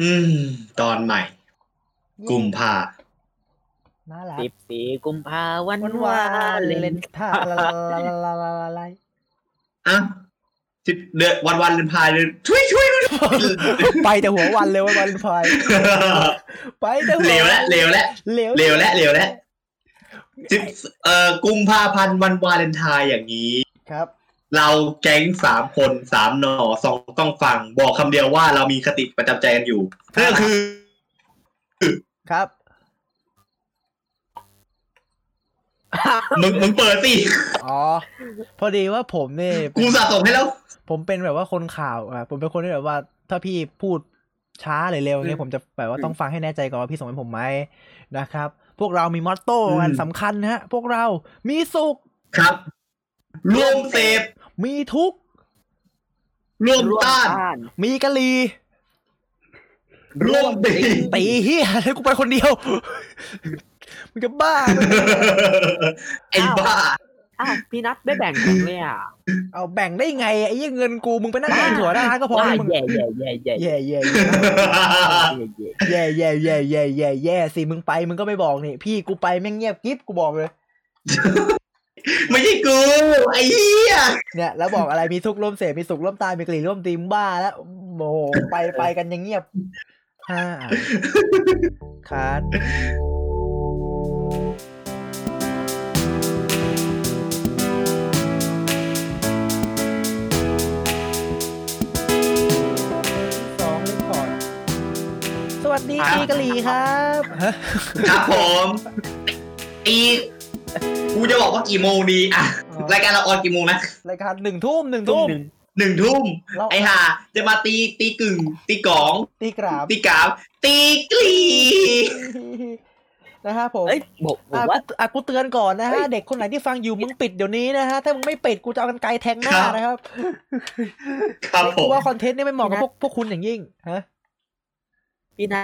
อืม ตอนใหม่ กลุ่มผ้า น่ารัก สิบสี่กุมภาวัน วัน วาว าน เล เลนนท่าละละละละละละละ อ่ะสิบเดือนวันวันเดือนพายเดือนช่วยช่วย ไปแต่หัววันเลยวันวันพลอยไปแต่หัว เร็วแล้วเร็วแล้ว เร็ว เร็วแล้วเร็วแล้วสิบเอ่อกุมภาพันธ์วันวาเลนไทน์อย่างนี้ ครับ เราแก๊งสามคนสามหนอสองต้องฟัง บอกคำเดียวว่าเรามีคติประจำใจกันอยู่นั่นก็คือ ครับ มึงมึงเปิดสิ อ๋อพอดีว่าผมเนี่ย กูสะสมให้แล้ว ผมเป็นแบบว่าคนข่าวอ่ะผมเป็นคนที่แบบว่า ถ้าพี่พูดช้าหรือเร็วอย่างเงี้ยผมจะแบบว่าต้องฟังให้แน่ใจก่อนว่าพี่ส่งให้ผมไหมนะครับ พวกเรามีมอตโต้อันสำคัญนะฮะพวกเรามีสุข ครับรวมเสพ มีทุกข์ รวมต้าน ต้าน มีกะลี ร่วมตี ตีเฮียอะไรกูไปคนเดียวมึงจะบ้าไหม ไอ้บ้า อ้าวพี่นัทไม่แบ่งกันเลยอ่ะ เอาแบ่งได้ไงไอ้เหี้ยเงินกูมึงไปนั่งกินถั่วหน้าร้านก็พอ ว่า มึง แย่แย่แย่แย่แย่ แย่แย่ แย่ แย่แย่แย่แย่แย่แย่สิมึงไปมึงก็ไม่บอกนี่พี่กูไปแม่งเงียบกิ๊บกูบอกเลย ไม่ใช่กู ไอ้เหี้ย เนี่ยแล้วบอกอะไรมีทุกข์ร่วมเสพมีสุขร่วมตายมีกลิ่นร่วมตีมงบ้าแล้วโอ้โหไปไปกันยังเงียบฮ่าคัดสองเลยก่อนสวัสดีพี่กะหลีครับฮะ ครับผมตีกูจะบอกว่ากี่โมงดีอะ อ๋อ รายการเราออนกี่โมงนะ รายการหนึ่งทุ่มหนึ่ง ทุ่ม ทุ่ม หหนึ่งนึ่งทุ่ม เรา ไอ้ห่าจะมาตีตีกึ่ง ตีกอง ตีกราบ ตีกราบตีกลี นะครับผม เอ้ยบอกบอ อ่ะ กว่า กูอ่ะกูเตือนก่อนนะ เฮ้ ฮะ ย เด็กคนไหนที่ฟังอยู่มึงปิดเดี๋ยวนี้นะฮะถ้ามึงไม่ปิดกูจะเอากันไกลแทงหน้า ครับ นะครับ ครับผ กู ม ว่าคอนเทนต์นี่ไม่เหมาะกับพวกพวกคุณอย่างยิ่งฮะ พี่นั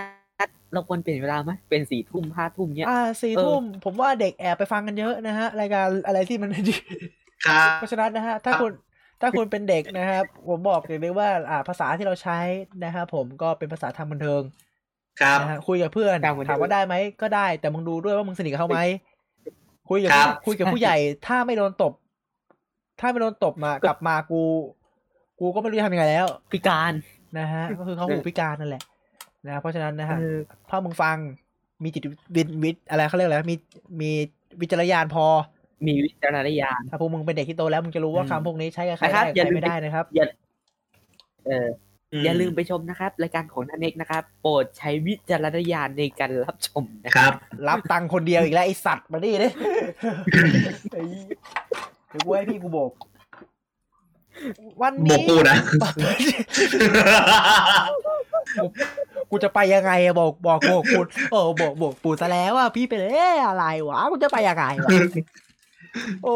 ทเราควรเปลี่ยนเวลาไหมเป็นสี่ทุ่มห้าทุ่มเนี้ย อ่าสี่ เออ ทุ่มผมว่าเด็กแอบไปฟังกันเยอะนะฮะรายการอะไรที่มัน ครับ เพราะฉะนั้นนะฮะถ้า ครับ คุณถ้าคุณเป็นเด็กนะครับผมบอกเลยเลยว่าอ่าภาษาที่เราใช้นะครับผมก็เป็นภาษาทางบันเทิง ครับ นะฮะคุยกับเพื่อน ทางบันเทิง ถามว่าได้ไหมก็ได้ แต่มึงดูด้วยว่ามึงสนิทกับเขาไหมคุยกับ ครับ คุยกับผู้ใหญ่ ถ้าไม่โดนตบ ถ้าไม่โดนตบมากลับมากู กูก็ไม่รู้จะทำยังไงแล้ว พิการ นะฮะ ก็คือเขาหูพิการนั่นแหละนะ เพราะฉะนั้นนะฮะ เออ ถ้ามึงฟังมีจิตวินวิทอะไรเขาเรียกอะไรมีมีวิจารณญาณพอ มีวิจารณญาณ ถ้าพวกมึงเป็นเด็กที่โตแล้วมึงจะรู้ว่า อืม คำพวกนี้ใช้กับใคร นะครับ ได้กับ อย่า ใคร ลืม ไม่ได้นะครับ เออออย่าลืมไปชมนะครับ รายการของนันเอกนะครับ โปรดใช้วิจารณญาณในการรับชมนะ ค ครับ รับ รับตังค์คนเดียวอีกแล้วไอสัตว์มาดิเนี่ยไอ้เดี๋ยวกูให้พี่กูโบก วัน บอก นี้ กูนะ กูจะไปยังไงอะบอกบอกบอกกูโอ้บอกบอกปูซะแล้วอะพี่ไปเลยเอ๊ะอะไรวะกูจะไปยังไงวะ โอ้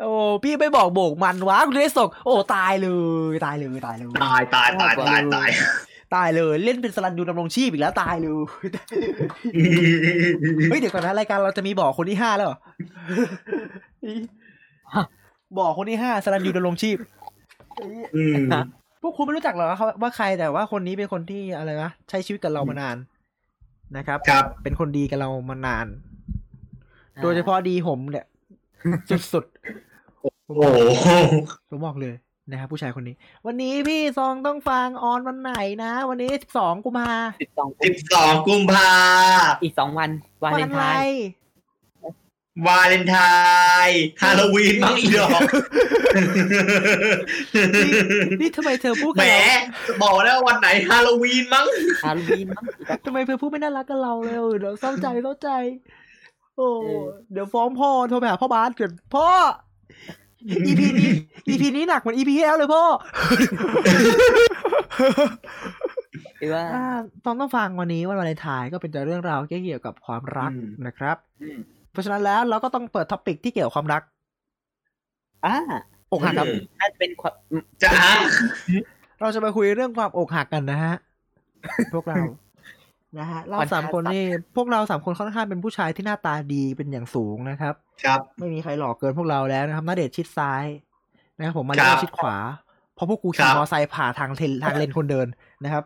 โอ้ พี่ไม่บอกโบกมันวะคุณได้ส่งโอ้ ตายเลย ตายเลย ตายเลย ตายตายตายตายตาย ตายเลย เล่นเป็นสลันยูดำรงชีพอีกแล้วตายเลย เฮ้ยเดี๋ยวก่อนนะรายการเราจะมีบอกคนที่ห้าแล้วเหรอ บอกคนที่ห้าสลันยูดำรงชีพ อืม พวกคุณไม่รู้จักหรอกว่าว่าใครแต่ว่าคนนี้เป็นคนที่อะไรนะใช้ชีวิตกับเรามานานนะครับ ครับ เป็นคนดีกับเรามานาน โดยเฉพาะดีผมเนี่ย สุดๆ โอ้โห ผมบอกเลยนะครับผู้ชายคนนี้ วันนี้พี่ซองต้องฟังออนวันไหนนะ วันนี้สิบสองกุมภา สิบสอง สิบสองกุมภา อีกสองวันวาเลนไทน์ วาเลนไทน์ฮาโลวีนมั้งอีดอก นี่นี่ทำไมเธอพูด แหม กับเรา บอกแล้ววันไหนฮาโลวีนมั้ง ฮาโลวีนมั้ง ทำไมเธอพูดไม่น่ารักกับเราเลยเออเดี๋ยวเศร้าใจเศร้าใจ โอ้ เออ เดี๋ยวฟ้องพ่อโทรไปหาพ่อบาสเกิดพ่อ EP นี้ EP นี้หนักเหมือน EP ที่แล้วเลยพ่อ หรือว่า อ่าต้องต้องฟังวันนี้วันวาเลนไทน์ก็เป็นแต่เรื่องราวเกี่ยวกับความรัก อืม นะครับ อืม เพราะฉะนั้นแล้วเราก็ต้องเปิดท็อปิกที่เกี่ยวกับความรัก อ่า อกหักครับ อืม น่าจะเป็นความอืม จ้า เราจะมาคุยเรื่องความอกหักกันนะฮะ พวกเรา นะฮะเราสามคนนี่พวกเราสามคนค่อนข้างเป็นผู้ชายที่หน้าตาดีเป็นอย่างสูงนะครับ ครับ ไม่มีใครหลอกเกินพวกเราแล้วนะครับหน้าเดชน์ชิดซ้ายนะครับผมมาเลน ครับ ชิดขวา เพราะพวกกู ครั ขี่ บ มอไซค์ผ่าทางเลนทางเลนคนเดิน นะครับ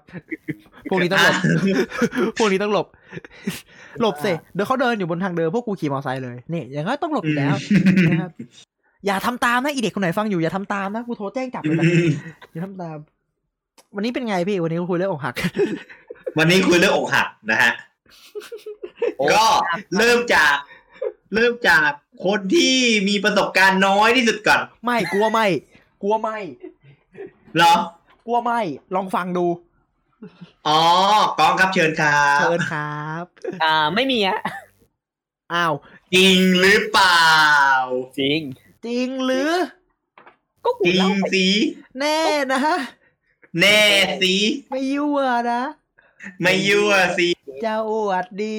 พวกนี้ต้องหลบ อ่ะ พวกนี้ต้องหลบ หลบสิเดี๋ยวเขาเดินอยู่บนทางเดินพวกกูขี่มอไซค์เลยนี่อย่างนั้นต้องหลบอยู่แล้วนะครับ อย่าทำตามนะอีเด็กคนไหนฟังอยู่อย่าทำตามนะกูโทรแจ้งจับ อื เลยมนะอย่าทำตาม วันนี้เป็นไงพี่วันนี้คุยเรื่องอกหัก วันนี้คุยเรื่องอกหักนะฮะ โอ้ ก็เริ่มจาก เริ่มจากคนที่มีประสบการณ์น้อยที่สุดก่อน ไม่กลัวไม่กลัวไม่ เหรอก ลัวไม่ลองฟังดู อ๋อกองครับเชิญครับ เชิญครับ อ่าไม่มีอะ อ้าว จริงหรือเปล่า จริง จริงหรือ ก็กู จริง เล่าไป สิ แน่นะ แน่สิ ไม่ยั่วนะ ไม่ยั่วสิ เจ้าอวดดี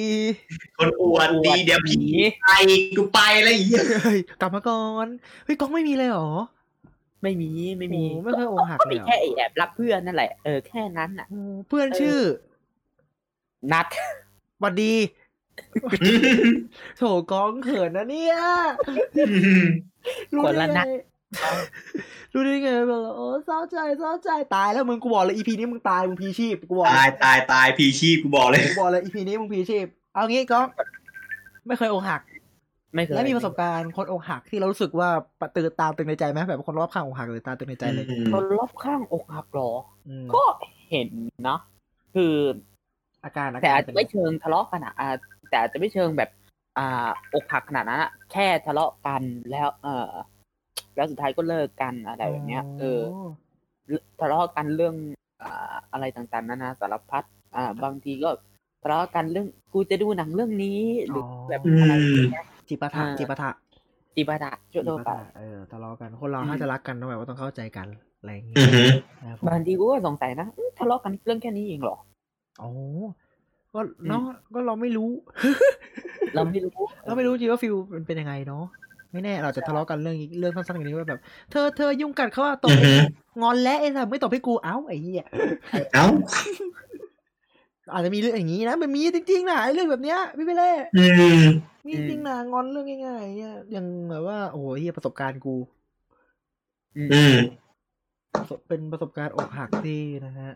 คนอวดดีเดี๋ยวพี่ นี้ ไปกูไปแล้วไอเหีย เฮ้ยกลับมาก่อนเฮ้ยกล้องไม่มีเลยเหรอ ไม่มีไม่มี โอ้ไม่เคยอกหัก ก็ เลยเหรอมีแค่ไอ้แอบรับเพื่อนนั่นแหละเออแค่นั้นน่ะ อืมเพื่อนชื่อ นัด หวัดดีโถกล้องเขินนะเนี่ยรู้ คน ได้ ละ ไง นัด รู้ได้ไงแบบโอ้เศร้าใจเศร้าใจตายแล้วมึงกูบอกเลยอีพีนี้มึงตายมึงพีชีพกูบอก ตายตายตายพีชีพกูบอกเลย กูบอกเลยอีพีนี้มึงพีชีพเอางี้กล้องไม่เคยอกหัก ไม่เคย และมีประสบการณ์คนอกหักที่เรารู้สึกว่าตื่นตามตึงในใจไหมแบบคนรอบข้างอกหักหรือตามตึงในใจเลย คนรอบข้างอกหักเหรอ อืม ก็เห็นเนาะคือ อาการอา แต่ กา อาจ ร จะไม่เชิงทะเลาะกันอะอ่าแต่อาจจะไม่เชิงแบบ อ่าอกหักขนาดนั้นอะแค่ทะเลาะกันแล้ว เออแล้วสุดท้ายก็เลิกกันอะไรแบบเนี้ยเออ อ ทะเลาะกันเรื่องอ่าอะไรต่างๆนานาสารพัดอ่า บางทีก็ทะเลาะกันเรื่องกูจะดูหนังเรื่องนี้หรืออ อ แบบอะไรอย่างเงี้ย จิปะทะ อ่า จิปะทะ จิบาดะจุ จิ โด ปะ ปา ทะเออทะเลาะกันคนเรา อืม ถ้าจะรักกันต้องแบบว่าต้องเข้าใจกันอะไรอย่างเงี้ อื ย อฮึ นะครับ บางทีกูก็สงสัยนะอื้อทะเลาะกันเรื่องแค่นี้เองเหรอ โอ้ก็เนาะก็เราไม่รู้ เราไม่รู้ เราไม่รู้จริงว่าฟิลมันเป็นยังไงเนาะไม่แน่เราจะทะเลาะกันเรื่องเรื่องสั้นๆอย่างนี้ว่าแบบ เธอเธอยุ่งกัดเขาอะตบ อือฮึ งอนแล้วไอ้สัตว์ไม่ตบให้กูเอ้าไอ้เหี้ย เอ้า อาจจะมีเรื่องอย่างนี้นะมันมีจริงๆนะไอ้เรื่องแบบเนี้ยพี่ไปเล่ อืม มีจริงนะงอนเรื่องง่ายๆเนี่ยอย่างแบบว่าโอ้โหเหี้ยประสบการณ์กู อืม ประสบเป็นประสบการณ์อกหักที่นะฮะ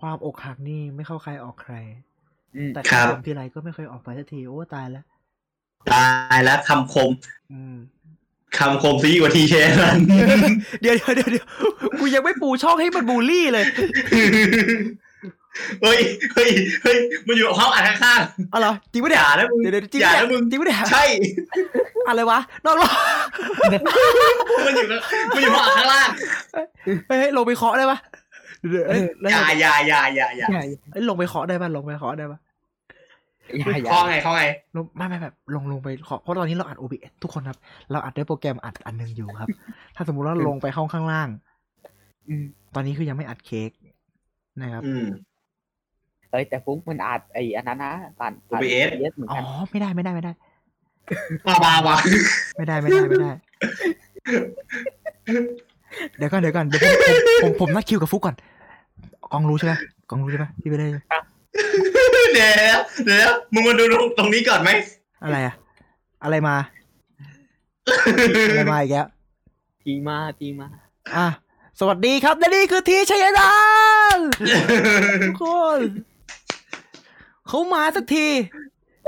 ความอกหักนี่ไม่เข้าใครออกใคร อืม แต่คำคมทีไรก็ไม่เคยออกไปสักทีโอ้ตายแล้ว ตายแล้วคำคม อืม คำคมซะยิ่งกว่าทีเชนัน เดี๋ยวเดี๋ยวเดี๋ยวเดี๋ยวกูยังไม่ปูช่องให้มันบูลลี่เลย เฮ้ยเฮ้ยเฮ้ยมันอยู่ห้องอัดข้าง เอาเหรอจริงปะ ๆอย่าเนี่ยนะมึง เดี๋ยวเดี๋ยวจริง อย่า ปะ นะมึงเนี่ยจริงปะเนี่ย ใช่ อะไรวะนอกรอบ มันอยู่ข้างมันอยู่ห้องอัดข้างล่าง เฮ้ยลงไปเคาะได้ปะเดี๋ยวเอ้ยแล้ว อย่าอย่าอย่าอย่าอย่า ใหญ่ เอ้ยลงไปเคาะได้ปะลงไปเคาะได้ปะ ใหญ่ ข้อไงข้อไง ลงไม่ไม่แบบลงลงไปเคาะเพราะตอนนี้เราอัด OBS ทุกคนครับ เราอัดด้วยโปรแกรมอัดอันหนึงอยู่ครับ ถ้าสมมุติว่าลงไปห้องข้างล่าง ตอนนี้คือยังไม่อัดเค้กนะครับ อืม เอ้ยแต่ฟุ้งมันอาจไอ้อันนั้นนะผ่านผ่าน OBS เยอะเหมือน อ๋อ กัน ไม่ได้ไม่ได้ไม่ได้ บ้าบ้าว ะ ไม่ได้ ไม่ได้ไม่ได้ เดี๋ยวก่อนเดี๋ยวก่อนเดี๋ยวผมผมผมผมนัดคิวกับฟุกก่อนกองรู้ใช่ไหมกองรู้ใช่ไหมพี่ไปได้ เดี๋ยวเดี๋ยวมึงมาดูตรงนี้ก่อนไหม อะไรอะอะไรมาอะไรมาอีกแล้ว ทีมาทีมา อ่ะสวัสดีครับและนี่คือทีชัยดานทุกคนเขามาสักที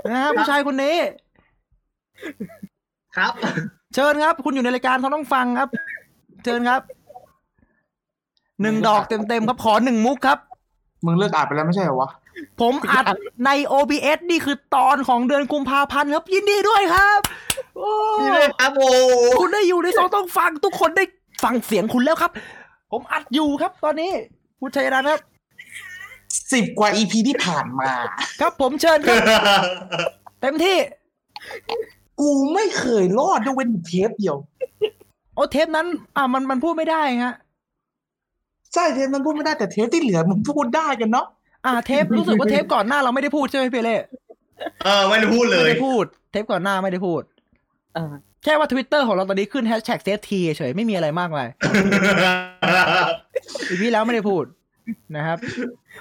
นะฮะผู้ชายคนนี้ ครับ เชิญครับ คุณอยู่ในรายการเขาต้องฟังครับ เชิญครับหนึ่งดอกเต็มๆครับขอหนึ่งมุกครับ มึงเลิกอ่านไปแล้วไม่ใช่เหรอวะ ผมอัดใน OBS นี่คือตอนของเดือนกุมภาพันธ์ครับ ยินดีด้วยครับโอ้ นี่เลยครับโอ้ คุณได้อยู่ในซองต้องฟังทุกคนได้ฟังเสียงคุณแล้วครับ ผมอัดอยู่ครับตอนนี้คุณชัยรัตน์ครับ สิบกว่าอีพีที่ผ่านมา ครับผมเชิญครับ เต็มที่ กูไม่เคยรอดยกเว้นเทปเดียว โอ้เทปนั้น อ่ะมันมันพูดไม่ได้ฮะ ใช่เทปนั้นพูดไม่ได้แต่เทปที่เหลือมึงพูดได้กันเนาะ อ่ะเทปรู้สึกว่าเทปก่อนหน้าเราไม่ได้พูดใช่ไหมพี่เล่ เออไม่ได้พูดเลยไม่ได้พูด เทปก่อนหน้าไม่ได้พูด เออ แค่ว่า Twitter ของเราตอนนี้ขึ้นแฮชแท็กเซฟทีเฉยไม่มีอะไรมากมายอีพีแล้วไม่ได้พูด นะครับ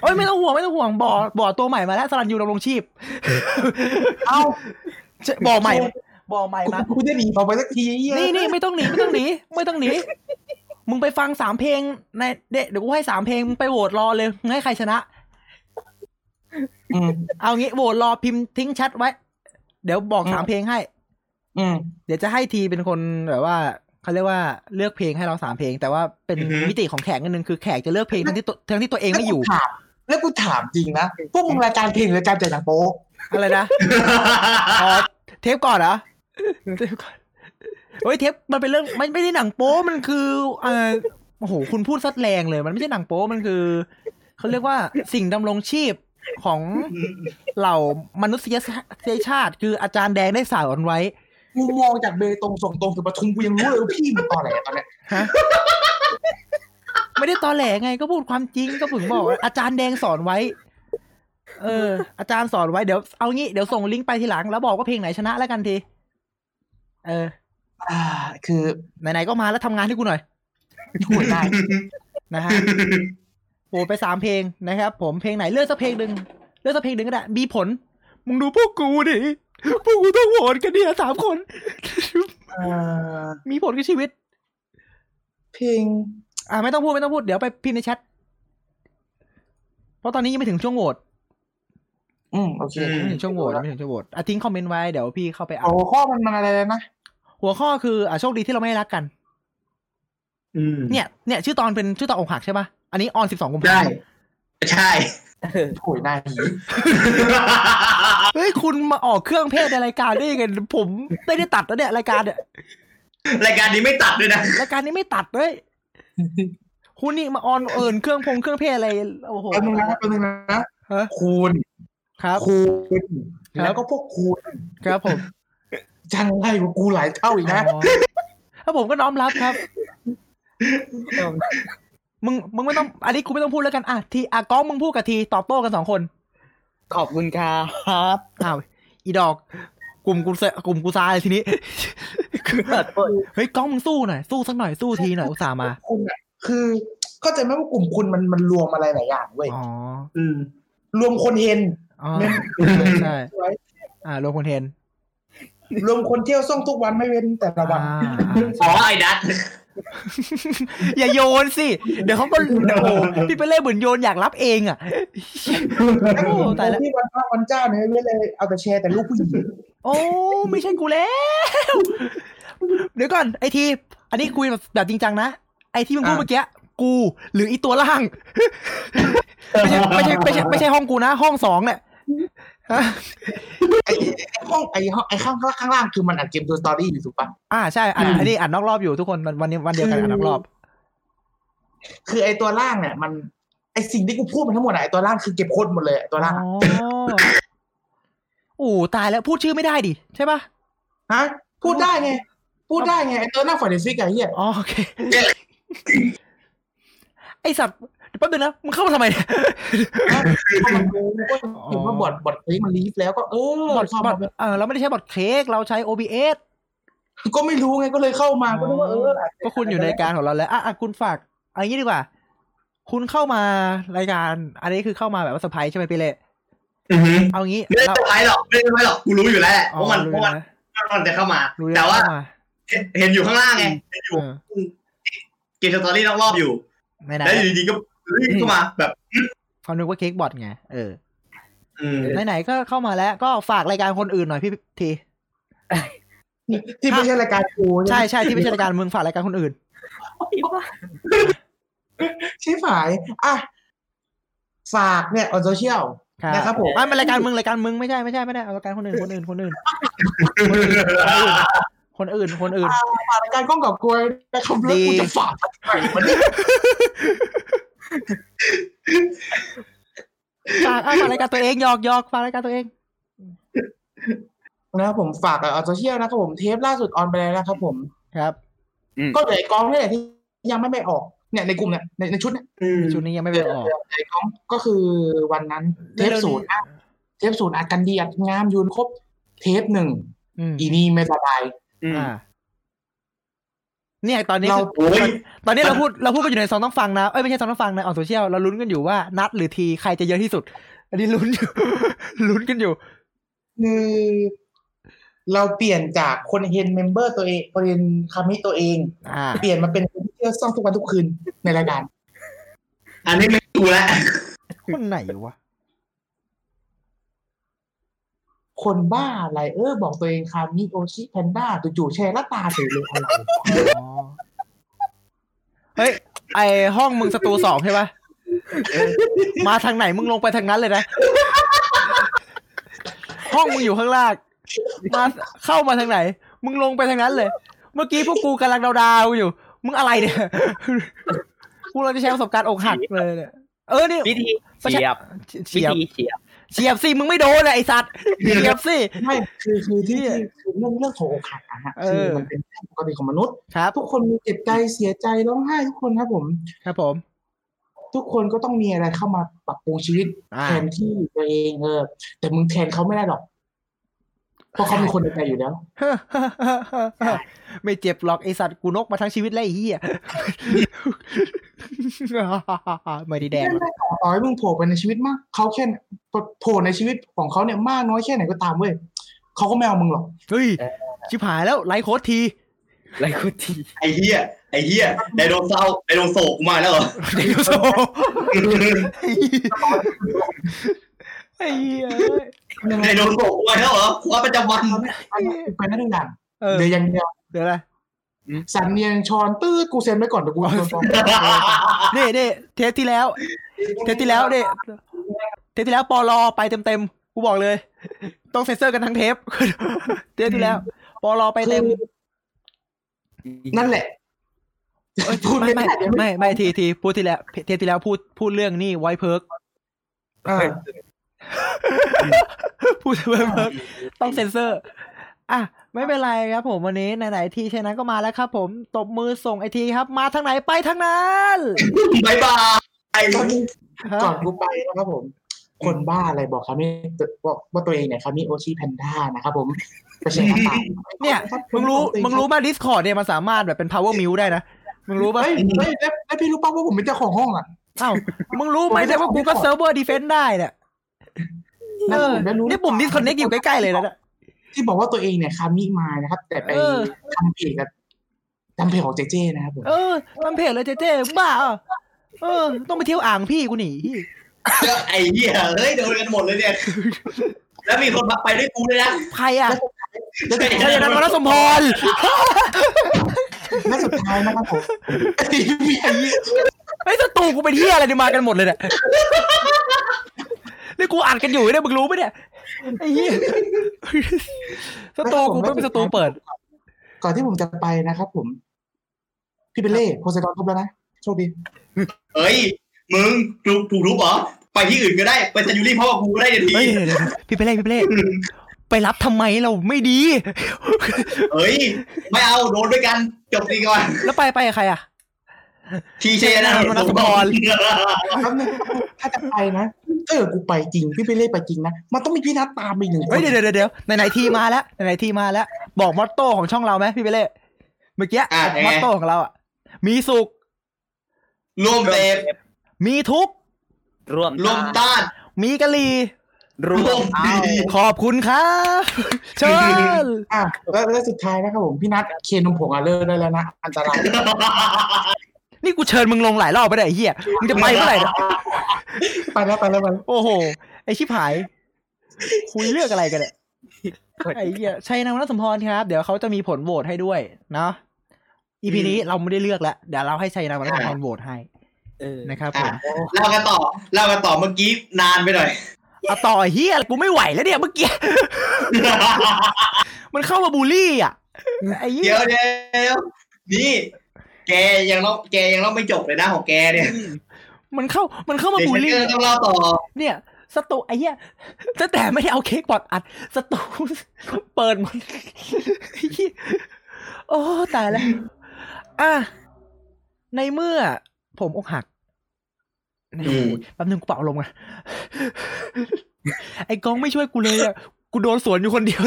โอ้ยไม่ต้องห่วงไม่ต้องห่วงบ่อบ่อตัวใหม่มาแล้วสรันยูดำรงชีพ เอ้า บ่อใหม่บ่อใหม่มา คุณจะหนีออกไปสักทีไอ้เหี้ย นี่นี่ไม่ต้องหนีไม่ต้องหนีไม่ต้องหนีมึงไปฟังสามเพลงในเดเดี๋ยวกูให้สามเพลงมึงไปโหวตรอเลยมึงให้ใครชนะ อืม เอางี้โหวตรอพิมพ์ทิ้งแชัดไว้ เดี๋ยวบอก อืม สามเพลงให้ อืม เดี๋ยวจะให้ทีเป็นคนแบบว่าเขาเรียกว่าเลือกเพลงให้เราสามเพลง แต่ว่าเป็น อือฮึ มิติของแขกนิดนึงคือแขกจะเลือกเพลงทั้งที่ตัวทั้งที่ตัวเองไม่อยู่ แล้วกูถามแล้วกูถามจริงนะพวกมึงรายการเพลงหรือรายการแจกหนังโป๊ะ อะไรนะอ๋อเทปก่อนเห รอเทปก่อนโอ้ยเทปมันเป็นเรื่องมันไม่ได้หนังโป๊มันคือเอ่อโอ้โหคุณพูดซัดแรงเลย มันไม่ใช่หนังโป๊มันคือเขาเรียกว่าสิ่งดำรงชีพของเหล่ามนุษยชาติ คืออาจารย์แดงได้สาวเอาไว้ กูมองจากเบตงส่งตรงถึงปทุมกูยังรู้เลยว่าพี่มึงตอนไหนตอนเนี้ย ไม่ได้ตอแหลไงก็พูดความจริงก็ถึงบอกว่าอาจารย์แดงสอนไว้ เออ อาจารย์สอนไว้เดี๋ยวเอางี้เดี๋ยวส่งลิงก์ไปทีหลัง แล้วบอกว่าเพลงไหนชนะแล้วกันที เออ อ่า คือ ไหนๆก็มาแล้วทำงานให้กูหน่อย หวยได้ นะฮะ โหวตไปสามเพลงนะครับ ผมเพลงไหนเลือกสักเพลงหนึ่งเลือกสักเพลงหนึ่งก็ได้ มีผล มึงดูพวกกูดิ พวกกูต้องโหวตกันเนี่ยสามคน เออ มีผลกับชีวิต เพลง อ่าไม่ต้องพูดไม่ต้องพูดเดี๋ยวไปพิมพ์ในแชท เพราะตอนนี้ยังไม่ถึงช่วงโหวต อืมโอเค อื ยังไม่ถึงช่วงโหวตยังไม่ถึงช่วงโหวตอ่ะทิ้งคอมเมนต์ไว้เดี๋ยวพี่เข้าไปอ่าน โอ้ข้อมันมันอะไรเลยนะ หัวข้อคืออ่ะโชคดีที่เราไม่ได้รักกัน อืม เนี่ยเนี่ยชื่อตอนเป็นชื่อตอนอกหักใช่ปะอันนี้ออนสิบสองกุมภา ได้ พันธ์ ใช่ โหยนายหี เฮ้ยคุณมาออกเครื่องเพศในรายการได้ยังไงผมไม่ได้ตัดแล้วเนี่ยรายการเนี่ย รายการนี้ไม่ตัดด้วยนะ รายการนี้ไม่ตัดด้วย คุณนี่มาออนเอิญเครื่องพงเครื่องเพศอะไร โอ้โห แป๊บนึงนะแป๊บนึงนะ ฮะ คุณ ครับ คุณ ครับ แล้วก็พวกคุณ ครับผม จังไรกว่ากูหลายเท่าอีกนะ อ๋อครับผมก็น้อมรับครับ มึงมึงไม่ต้อง อันนี้กูไม่ต้องพูดแล้วกัน อ่ะทีอากล้องมึงพูดกับทีตอบโต้กันสองคน ขอบคุณครับ อ้าว อีดอก กลุ่มกูเสกลุ่มกูซาเลยทีนี้ เฮ้ยกล้องมึงสู้หน่อย สู้สักหน่อย สู้ทีหน่อยอุตส่าห์มา คุณอ่ะคือ เข้าใจไหมว่ากลุ่มคุณมันมันรวมอะไรหลายอย่างเว้ย อ๋อ อืม รวมคนเห็น อ๋อ ใช่ ไว้ อ่าลงคนเทน รวมคนเที่ยวซ่องทุกวันไม่เว้นแต่ละวัน อ่า อ๋อไอ้ดัต อย่าโยนสิ เดี๋ยวเขาก็โอ้โหพี่ไปเล่เหมือนโยนอยากรับเองอ่ะ โอ้ตายแล้ว ที่วันพระวันเจ้าเนี่ยไม่เว้นเลยเอาแต่แชร์แต่ลูกผู้หญิง โอ้ไม่ใช่กูแล้ว เดี๋ยวก่อนไอที อันนี้คุยแบบแบบจริงจังนะ ไอที่มึงพูดเมื่อกี้กู หรืออีตัวล่าง ไม่ใช่ ไม่ใช่ไม่ใช่ไม่ใช่ห้องกูนะ ห้องสองเนี่ยฮะ ไอ้ไอ้ห้องไอ้ห้องไอ้ข้างล่างข้างล่างคือมันอัดเกมตัวสตอรี่อยู่ถูกปะ อ่าใช่อ่านอันนี้อ่านนอกรอบอยู่ทุกคนวันวันนี้วันเดียวกันอ่านนอกรอบ คือไอ้ตัวล่างเนี่ยมันไอ้สิ่งที่กูพูดมันทั้งหมดอะไอ้ตัวล่างคือเก็บโคตรหมดเลยอะตัวล่าง อ๋ อะ อโอ้ตายแล้วพูดชื่อไม่ได้ดิใช่ป่ะ ฮะพูดได้ไงพูดได้ไงไอ้ตัวล่างฝ่ายเดซิกไอ้เหี้ย อ๋อโอเค ไอสัตว์เดี๋ยวแป๊บนึงนะมึงเข้ามาทำไมเนี่ย พอมันรู้ก็เห็นว่าบอดบอดเฮ้ยมันลีฟแล้วก็เออบ อท เข้า บอ มา ทเออเราไม่ได้ใช้บอทเค้กเราใช้ OBS ก็ไม่รู้ไงก็เลยเข้ามาก็นึกว่าเอออาจจะ ก็คุณอยู่ในรายการของเราแล้วอ่ะอ่ะคุณฝากเอางี้ดีกว่า คุณเข้ามารายการ อันนี้คือเข้ามาแบบว่าเซอร์ไพรส์ใช่ไหมพี่เล่ อือหือ เอางี้ ไม่ได้ เรา เซอร์ไพรส์หรอกไม่ได้เซอร์ไพรส์หรอกกูรู้อยู่แล้วแหละ อ๋ เพ อ ราะมันเพ รู้ ราะมัน นะ มันจะเข้ามา รู้ แต่ แล้ว ว่า เข้ามา เห็นอยู่ข้างล่างไงเห็นอ เอยู่ อ เกมสตอรี่นอกรอบอยู่ ไม่ไหน แล้วอยู่ดีๆก็รีบเข้ามาแบบ เขานึกว่าเค้กบอทไงเออ อืม ไหนๆก็เข้ามาแล้วก็ฝากรายการคนอื่นหน่อยพี่ที ที่ไม่ใช่รายการกู ใช่ใช่ที่ไม่ใช่รายการมึงฝากรายการคนอื่น ใช่ฝ่ายอ่ะฝากเนี่ยออนโซเชียล ครับ นะครับผม อ่ะมันรายการมึงรายการมึงไม่ใช่ไม่ใช่ไม่ได้เอารายการคนอื่นคนอื่นคนอื่น คนอื่นคนอื่น ฝากรายการกล้องกับกลวยนะครับแล้วกูจะฝากอะไรมันเนี่ย ฝากอ่ะฝากรายการตัวเองหยอกหยอกฝากรายการตัวเอง นะครับผมฝากออนโซเชียลนะครับผมเทปล่าสุดออนไปแล้วนะครับผม ครับ อืม ก็เหลือไอ้กองนี่แหละที่ยังไม่ไปออกเนี่ยในกลุ่มเนี่ยในในชุดเนี่ย อืม ชุดนี้ยังไม่ไปออก ไอ้กองก็คือวันนั้นเทปศูนย์อ่ะเทปศูนย์อากันเดียดงามยูนครบ เทปหนึ่ง อืม อีนี่ไม่สบาย อืม อ่า เนี่ยตอนนี้คืเราอ โอ้ย ตอนนี้เราพูดเราพูดกันอยู่ในซองต้องฟังนะ เอ้ยไม่ใช่ซองต้องฟังนะออกโซเชียลเราลุ้นกันอยู่ว่านัดหรือทีใครจะเยอะที่สุด อันนี้ลุ้นอยู่ ลุ้นกันอยู่ คือเราเปลี่ยนจากคนเห็นเมมเบอร์ตัวเองคนเห็นคามิตัวเอง อ่า เปลี่ยนมาเป็นคนที่เที่ยวซ่องทุกวันทุกคืนในรายการ อันนี้ไม่ดูแล้ว คนไหนวะ คนบ้าอะไรเออ บอกตัวเองคามิโอชิแพนด้าจู่ๆแชร์ละตาเฉยเลยอะไร อ๋อ เฮ้ย ไอห้องมึงสตูสองใช่ปะมาทางไหนมึงลงไปทางนั้นเลยนะ ห้องมึงอยู่ข้างล่างมาเข้ามาทางไหน มึงลงไปทางนั้นเลย เมื่อกี้พวกกูกำลังดาวๆอยู่ มึงอะไรเนี่ย พวกเราจะใช้ประสบการณ์อกหักเลยเนี่ยเออนี่ วิธี ป เฉี ระชาย บ เฉี วิ ยบ ธีเฉียบ เฉียบสิมึงไม่โดนอะไอสัตว์เฉียบสิ ไม่คือคือที่ เหี้ย คือเรื่องเรื่องของอกหักอะฮะ เออ คือมันเป็นเรื่องปกติของมนุษย์ ครับ ทุกคนมีเจ็บใจเสียใจร้องไห้ทุกคนครับผม ครับผม ทุกคนก็ต้องมีอะไรเข้ามาปรับปรุงชีวิต อ่า แทนที่ตัวเองเออแต่มึงแทนเขาไม่ได้หรอกเพราะเขามีคนในใจอยู่แล้ว ไม่เจ็บหรอกไอสัตว์กูนกมาทั้งชีวิตแล้วไอ้เหี้ย ไม่ได้แดงหรอก ต่อให้มึงโผล่ไปในชีวิตมากเขาแค่โผล่ในชีวิตของเขาเนี่ยมากน้อยแค่ไหนก็ตามเว้ยเขาก็ไม่เอามึงหรอก เฮ้ย เออ ชิบหายแล้วไลฟ์โค้ดที ไรกูที ไอ้เหี้ยไอ้เหี้ยไดโนเสาร์ไดโนเสาร์กูมาแล้วเหรอ ไดโนเสาร์ไอ้เหี้ย ไดโนเสาร์กูมาแล้วเหรอคว้าประจำวัน ไปนั่นอย่าง เออ เดี๋ยวอยังเดียว เดี๋ยวนะ สันเนียงชอนตื้อกูเซ็นไว้ก่อนแต่กูโดนฟ้อง นี่นี่เทปที่แล้ว เทปที่แล้วนี่เทปที่แล้วปอลอไปเต็มเต็มๆกูบอกเลย ต้องเซ็นเซอร์กันทั้งเทป เทปที่แล้วปอลอไปเต็ม นั่นแหละ เอ้ย พูด ไม่ ไม่ ไม่ ได้เดี๋ยว ไม่ไม่ทีทีพูดที่แล้วเทปที่แล้วพูดพูดเรื่องนี่ไวเพิร์ก เออ พูดไวเพิร์กต้องเซ็นเซอร์ อ่ะ ไม่เป็นไรครับผมวันนี้ไหนๆทีชนะก็มาแล้วครับผมตบมือส่งไอทีครับ มาทางไหนไปทางนั้น บายบาย ตอนนี้ ฮะ ก่อนกูไปนะครับผม คนบ้าอะไรบอกคามิบอกว่าตัวเองเนี่ยคามิโอชิแพนด้านะครับผมไปเช็คน้ำตา เนี่ยมึงรู้มึงรู้ป่ะ Discord เนี่ยมันสามารถแบบเป็น power mute ได้นะ มึงรู้ป่ะ เฮ้ยเฮ้ยแล้วแล้วพี่รู้ป่ะว่าผมเป็นเจ้าของห้องอ่ะ เอ้ามึงรู้ไหมเนี่ยว่ากูก็เซิร์ฟเวอร์ดีเฟนต์ได้เนี่ยเออนี่ปุ่ม disconnect อยู่ใกล้ๆเลยนะเนี่ย ที่บอกว่าตัวเองเนี่ยคามิมานะครับ แต่ไป เออ ทำเพจกับทำเพจของเจเจนะครับผม เออทำเพจเลยเจ๊ๆมึงบ้าเหรอเออ ต้องไปเที่ยวอ่างพี่กูหนี ไอ้เหี้ยเฮ้ยโดนกันหมดเลยเนี่ย แล้วมีคนมาไปด้วยกูด้วยนะ ใครอ่ะ แล้วสุด ใคร ท้าย จะนั้นวรสมพร แล้วสุดท้ายนะครับผมมีอายุ ไอ้ยสตูกูเป็นเฮียอะไรเนี่ยมากันหมดเลยเนี่ย นี่กูอ่านกันอยู่เนี่ยมึงรู้ไหมเนี่ย ไอ้เฮียสตูกูไม่เป็นสตูเปิด ก่อนที่ผมจะไปนะครับผม พี่เปเล่โพไซดอนครบแล้วนะโชคดี เอ้ย มึงถูกถูกทุบเหรอ ไปที่อื่นก็ได้ ไปซายูรี่พ่อกูก็ได้เดี๋ยว เฮ้ย นี้ เดี๋ยวเดี๋ยวพี่ไปเล่พี่ไปเล่ไปรับทำไมเราไม่ดี เอ้ย ไม่เอาโดนด้วยกัน จบดีก่อน แล้วไปไปกับใครอ่ะ ทีเชนะ เชนะสมพร ครับนึงถ้าจะไปนะเออกูไปจริง พี่เปเล่ไปจริงนะมันต้องมีพี่นัทตามไปอีกหนึ่งค เฮ้ย น เดี๋ยวเดี๋ยวเดี๋ยวไหนไหนๆทีมาแล้วไหนไหนๆทีมาแล้ว บอกมอตโต้ของช่องเราไหมพี่ไปเล่เมื่อกี้ อ่ะไง มอตโต้ของเราอ่ะ มีสุข ร่วมเสพ มีทุกข์ รวม ร่วมต้าน มีกะลี รวมเอา ขอบคุณครับเชิญ อ่ะแล้วแล้วสุดท้ายนะครับผมพี่นัทเคนมผงอ่ะเลิกได้แล้วนะอันตราย นี่กูเชิญมึงลงหลายรอบไปได้ไอ้เฮียมึงจะไปเมื่อไหร่เนี่ย ไปแล้วไปแล้วไปแล้ว โอ้โห ไอชิบหาย คุยเรื่องอะไรกันเนี่ย ไอเฮียชัยนวรสมพรครับ เดี๋ยวเขาจะมีผลโหวตให้ด้วย เนาะ อีพีนี้เราไม่ได้เลือกแล้ว เดี๋ยวเราให้ชัยนวรสมพรโหวตให้ เออ นะครับผม เล่ากันต่อ เล่ากันต่อเมื่อกี้นานไปหน่อย เอาต่อไอ้เฮียกูไม่ไหวแล้วเนี่ยเมื่อกี้ มันเข้ามาบูลลี่อ่ะ ไอเฮี เดี๋ ย ยวเดี๋ยวนี่ แกยังต้องแกยังต้องไม่จบเลยนะของแกเนี่ย มันเข้า มันเข้ามา เดี๋ยว บูฉันลลี่ ก็ต้องเล่าต่อ เนี่ยสตูไอ้เหี้ยตั้งแต่ไม่ได้เอาเค้กบอดอัดสตู เปิดหมันโอ้ตายแล้ว อ่ะในเมื่อผมอกหักใน อืม แป๊บนึงกูเป่าลมณ์กันไอ้กองไม่ช่วยกูเลยอ่ะกูโดนสวนอยู่คนเดียว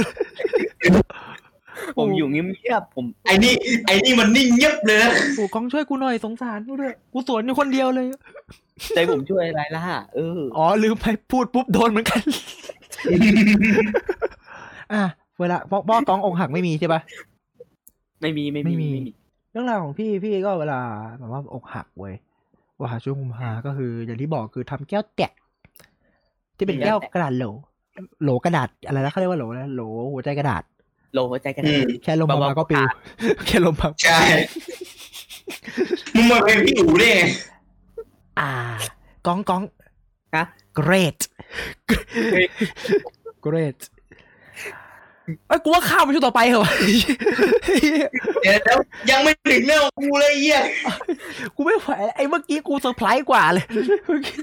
ผมอยู่เงียบๆผม ไอ้นี่ไอ้นี่มันนิ่งเงียบเลยนะ กูกองช่วยกูหน่อยสงสารกูด้วยกูสวนอยู่คนเดียวเลย ใจผมช่วยอะไรล่ะ เออ อ๋อลืมไปพูดปุ๊บโดนเหมือนกัน อ่ะเวลาพ่อพ่อกองอกหักไม่มีใช่ปะ ไม่มีไม่ ไม่ มี มี ไม่มี เรื่องราวของพี่พี่ก็เวลาแบบว่าอกหักเว้ยว่าช่วงกุมภาก็คือ อย่างที่บอกคือทำแก้วแตกที่เป็น แก้ แก้ว วแตก กระดาษโหล โหลกระดาษอะไรนะเขาเรียกว่าโหลนะโหลหัวใจกระดาษ โลหัวใจกัน อืม แค่ลมพัด เบาๆ มาก็ปิว แค่ลมพัด ใช่มึงมาเป็นพี่อู๋ได้ไง อ่ากองกอง ฮะ เกรดเกรดไอ้ยกูว่าข้ามไปช่วงต่อไปเหรอะว ะ เดี๋ยวแล้วยังไม่ถึงเรื่องกูเลยไอ้เหี้ย กูไม่ไหวไอ้เมื่อกี้กูเซอร์ไพรส์กว่าเลย เมื่อกี้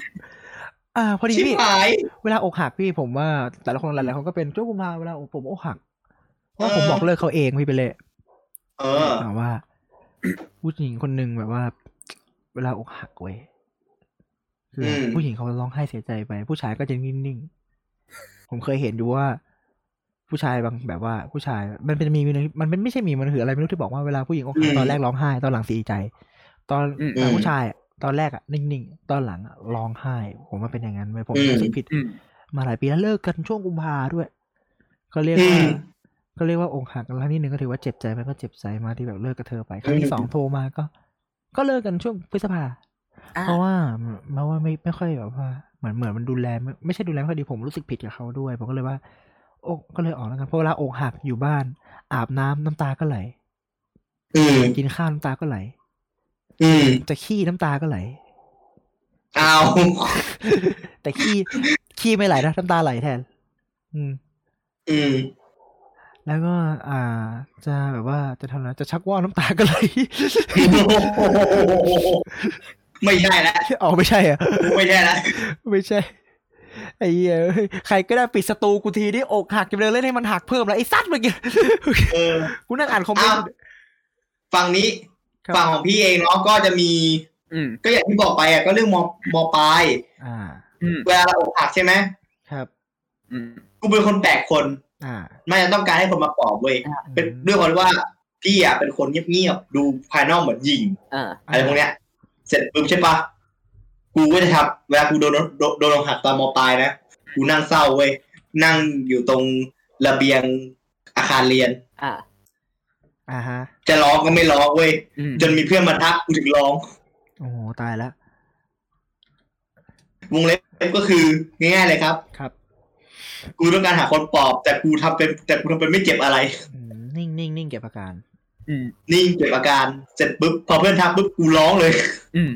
อ่าพอดี ชิบ พี่ หาย เวลาอกหักพี่ผมว่า แต่ละคนหลายๆคนก็เป็นช่วงกุมภาเวลาผมอกหัก เออ ว่าผมบอกเลิกเขาเองพี่ไปเลย เออ แบบว่า ผู้หญิงคนหนึ่งแบบว่า เวลาอกหักเว้ยคืออ ม ผู้หญิงเขาร้องไห้เสียใจไป ผู้ชายก็จะนิ่งๆผมเคยเห็นดูว่า ผู้ชายบางแบบว่า ผู้ชาย มันเป็นมีมีในมันเป็นไม่ใช่มีมันคืออะไรไม่รู้ที่บอกว่าเวลาผู้หญิงอกหักตอนแรกร้องไห้ตอนหลังเสียใจ ตอน อืม แต่ผู้ชายอะตอนแรกอะนิ่งๆตอนหลังอะร้องไห้ ผมว่าเป็นอย่างนั้นเว้ยผม อืม รู้สึกผิด อืม มาหลายปีแล้วเลิกกันช่วงกุมภาด้วยก็เรียกว่า อืม ก็เรียกว่าอกหักครั้งที่หนึ่งก็ถือว่าเจ็บใจไหมก็เจ็บใจมากที่แบบเลิกกับเธอไปครั้งที่สองโทรมาก็ ก็เลิกกันช่วงพฤษภา อ่า เพราะว่าเพราะว่าไม่ไม่ค่อยแบบว่าเหมือนเหมือนมันดูแลไม่ไม่ใช่ดูแลไม่ค่อยดีผมรู้สึกผิดกับเขาด้วยผมก็เลยว่าอกก็เลยออกแล้วกันเพราะเวลาอกหักอยู่บ้าน อาบน้ำน้ำตาก็ไหล อืม กินข้าวน้ำตาก็ไหล อืม จะขี้น้ำตาก็ไหล เอา แต่ขี้ ขี้ไม่ไหลนะน้ำตาไหลแทน อืม อืม แล้วก็อ่าจะแบบว่าจะทำอะไรจะชักว่าวน้ำตาก็ไหล ไม่ใช่ละ อ๋อไม่ใช่อ่ะ ไม่ใช่ละ ไม่ใช่ ไอ้เหี้ยเอ้ยใครก็ได้ปิดสตูกูทีนี่อกหักจะไปเดินเล่นให้มันหักเพิ่มแล้วไอ้สัตว์เมื่อกี้ เออ กูนั่งอ่านคอมเมน อ้าว ต์ ฝั่งนี้ ครับ ฝั่งของพี่เองเนาะก็จะมี อืม ก็อย่างที่บอกไปอ่ะก็เรื่องมมปลาย อ่า อืม เวลาเราอกหักใช่ไหม ครับ อืม กูเป็นคนแปลกคน อ่า ไม่ต้องการให้คนมาปลอบเว้ยเป็นด้วยความว่าพี่อ่ะเป็นคนเงียบๆดูภายนอกเหมือนหญิง อ่า อะไรพวกเนี้ย เสร็จปุ๊บใช่ปะกูก็จะทำเวลากูโดนโดนโดนลงหักตอนมปลายนะกูนั่งเศร้าเว้ยนั่งอยู่ตรงระเบียงอาคารเรียน อ่า อ่าฮะ จะร้องก็ไม่ร้องเว้ย อืม จนมีเพื่อนมาทักกูถึงร้อง โอ้โหตายแล้ว วงเล็บก็คือง่ายๆเลยครับ ครับ กูต้องการหาคนปลอบ แต่กูทำเป็นแต่กูทำเป็นไม่เจ็บอะไร อืมนิ่งนิ่งนิ่งเก็บอาการ อืม นิ่งเก็บอาการเสร็จปุ๊บพอเพื่อนทักปุ๊บกูร้องเลย อืม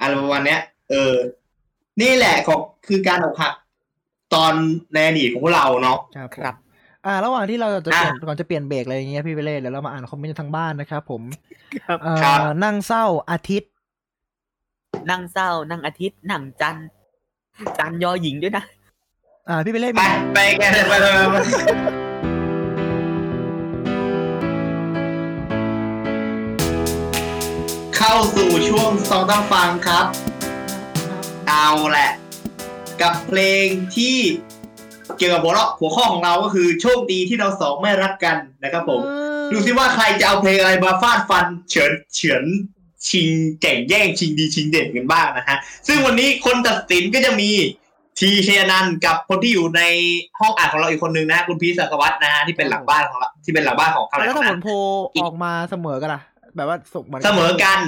อะไรประมาณเนี้ย เออ นี่แหละของคือการอกหัก ตอนในอดีตของพวกเราเนาะ ครับผม ครับ อ่า ระหว่างที่เราจะเปลี่ยนก่อนจะเปลี่ยนเบรกอะไรอย่างเงี้ยพี่ไปเล่นแล้วเรามาอ่านคอมเมนต์ทางบ้านนะครับผมเอ่อ ครับ นั่งเศร้าอาทิตย์ นั่งเศร้า นั่งอาทิตย์ นั่งจันทร์จันทร์ยอหญิงด้วยนะ อ่าพี่ไปเล่น ไป มี ไปแกนไปไปไป เข้าสู่ช่วงซองต้องฟังครับ เอาแหละ กับเพลงที่เกี่ยวกับหัวเราะหัวข้อของเราก็คือโชคดีที่เราสองไม่รักกันนะครับผม ดูสิว่าใครจะเอาเพลงอะไรมาฟาดฟัน เฉือนเฉือนชิงแก่งแย่งชิงดีชิงเด่นกันบ้างนะฮะ ซึ่งวันนี้คนตัดสินก็จะมีทีเชยนันท์กับคนที่อยู่ในห้องอ่านของเราอีกคนนึงนะฮะคุณพีชสักวัตนะฮะที่เป็นหลังบ้านของเราที่เป็นหลังบ้านของเขา อ่ะ แล้ แล้ว ว ถ้าผ นะ ลโพลออกมาเสมอกันล่ะ แบบว่าสมเหมือน เสมอกัน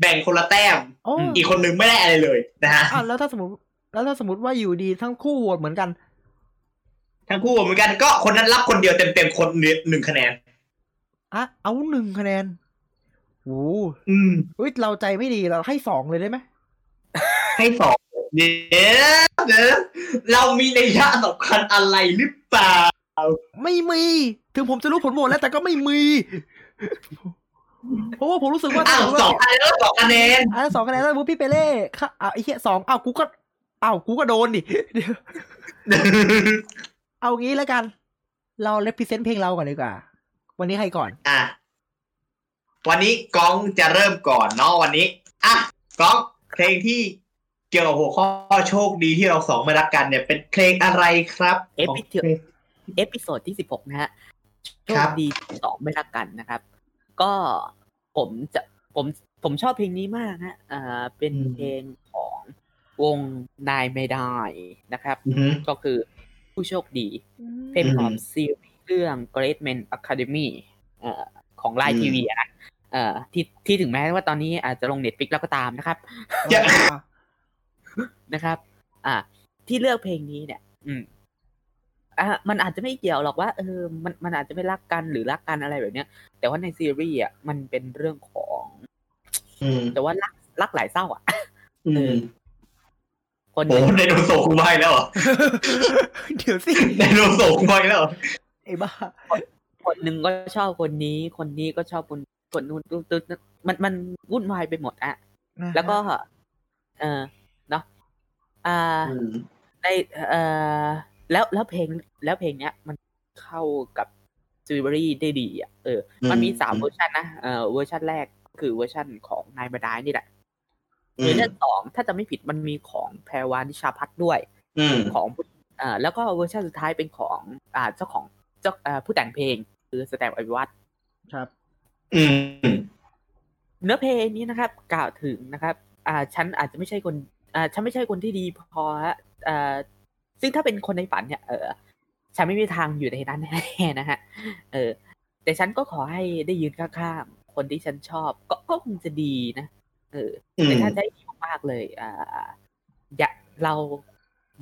แบ่งคนละแต้ม โอ้ อีกคนนึงไม่ได้อะไรเลยนะฮะ อ่ะแล้วถ้าสมมติแล้วถ้าสมมติว่าอยู่ดีทั้งคู่โหวตเหมือนกัน ทั้งคู่เหมือนกันก็คนนั้นรับคนเดียวเต็มเต็มๆคนหนึ่งหนึ่งคะแนน อ่ะ เอาหนึ่งคะแนนโอ้โห อืม เฮ้ยเราใจไม่ดีเราให้สองเลยได้ไหม ให้สองเดี๋ยวเดี๋ยวเรามีในยยะสำคัญอะไรหรือเปล่า ไม่มี ถึงผมจะรู้ผลโหวตแล้วแต่ก็ไม่มี เพราะว่าผมรู้สึกว่า อ้าวสองคะแนนแล้วสองคะแนน อ่ะสองคะแนนแล้วสมมุติพี่เปเล่ค่ะอ่ะไอ้เหี้ยสองอ้าวกูก็อ้าวกูก็โดนดิ เดี๋ยวเอางี้แล้วกัน เราเลพิเซนต์เพลงเราก่อนดีกว่า วันนี้ใครก่อน อ่ะ วันนี้ก้องจะเริ่มก่อนเนาะวันนี้อ่ะก้องเพลงที่เกี่ยวกับหัวข้อโชคดีที่เราสองไม่รักกันเนี่ย เป็นเพลงอะไรครับ เอพิโซดเอพิโซดที่สิบหกนะฮะโชคดีสองไม่รักกันนะครับ ก็ผมจะผมผมชอบเพลงนี้มากฮะอ่าเป็นเพลงของวงนายไม่ได้นะครับ อือหือ ก็คือผู้โชคดี เพลงของซีรีส์เรื่อง Great Men Academy เอ่อของไล อื น์ ม ทีวีนะเอ่อที่ที่ถึงแม้ว่าตอนนี้อาจจะลงเน็ตฟิกแล้วก็ตามนะครับ จะ นะครับ อ่า ที่เลือกเพลงนี้เนี่ย อืม อ่ะมันอาจจะไม่เกี่ยวหรอกว่า เออ มัน มันอาจจะไม่รักกันหรือรักกันอะไรแบบเนี้ย แต่ว่าในซีรีส์อ่ะ มันเป็นเรื่องของ อืม แต่ว่ารัก รักหลายเศร้าอ่ะ อืม คน โอ้ไดโนเสาร์คุณใบแล้วเหรอ เดี๋ยวสิ ไดโนเสาร์คุณใบแล้วเหรอ ไอ้บ้า คนหนึ่งก็ชอบคนนี้ คนนี้ก็ชอบคนคนนู้นตุ๊ดตุ๊ดตุ๊ดมัน มันวุ่นวายไปหมดอ่ะ แล้วก็ เออเนาะ อ่า อืม ในเอ่อแล้วแล้วเพลงแล้วเพลงเนี้ย มันเข้ากับซีรีส์ได้ดีอ่ะเอออ ม มันมีสาม อืม เวอร์ชันนะเออเวอร์ชันแรกคือเวอร์ชันของนายบดายนี่แหละ อื เวอ ม ร์ชันสองถ้าจะไม่ผิดมันมีของแพรวานิชาพัฒน์ด้วย อืม ของเอ่อแล้วก็เวอร์ชันสุดท้ายเป็นของอ่าเจ้าของเจ้าเอ่อผู้แต่งเพลงคือสแตมป์อภิวัตร ครับ อืม เนื้อเพลงนี้นะครับ กล่าวถึงนะครับ อ่าฉันอาจจะไม่ใช่คน อ่าฉันไม่ใช่คนที่ดีพอฮะอ่าซึ่งถ้าเป็นคนในฝันเนี่ย เออฉันไม่มีทางอยู่ในนั้น แน่ๆนะฮะเออ แต่ฉันก็ขอให้ได้ยืนข้างๆคนที่ฉันชอบ ก็ก็คงจะดีนะเออ อื แต่ ม ถ้าได้ดีมากๆเลย อ่า อยากเรา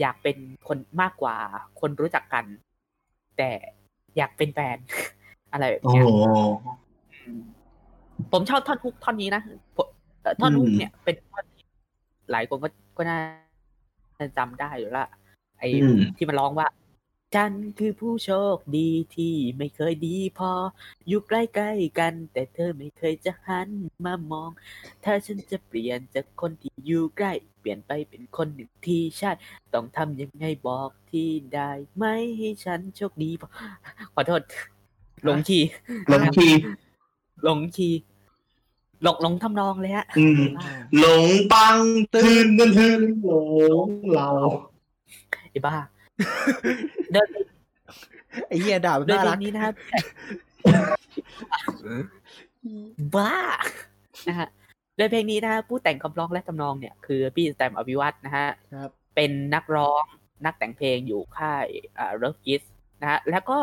อยากเป็นคนมากกว่า คนรู้จักกัน แต่อยากเป็นแฟน อะไรแบบ โอ้ เนี้ย โห ผมชอบท่อนฮุกท่อนนี้นะผมเอ่อท่อนฮุก อืม เนี่ยเป็นท่อนที่หลายคนก็ก็น่าจะจำได้อยู่ละไอ้ อืม ที่มันร้องว่า ฉันคือผู้โชคดีที่ไม่เคยดีพอ อยู่ใกล้ๆกัน แต่เธอไม่เคยจะหันมามอง ถ้าฉันจะเปลี่ยนจากคนที่อยู่ใกล้ เปลี่ยนไปเป็นคนหนึ่งที่ใช่ต้องทำยังไงบอกที่ได้ไหมให้ฉันโชคดีพอขอโทษหลงทีย์ ลงที หลงคีย์หลงหลงทำนองเลยฮะ อืมหลงปังทืนกันทืนหลงเรา ไอ้บ้า เดิน ไอ้เหี้ยด่าแบบ เดิน น่า เพล รัก งนี้ นะครับบ้านะฮะโดยเพลงนี้นะฮะผู้แต่งคำร้องและทำนองเนี่ยคือพี่สแตมป์อภิวัตรนะฮะ ครับ เป็นนักร้องนักแต่งเพลงอยู่ค่ายอ่าเลิฟกิสนะฮะ แล้วก็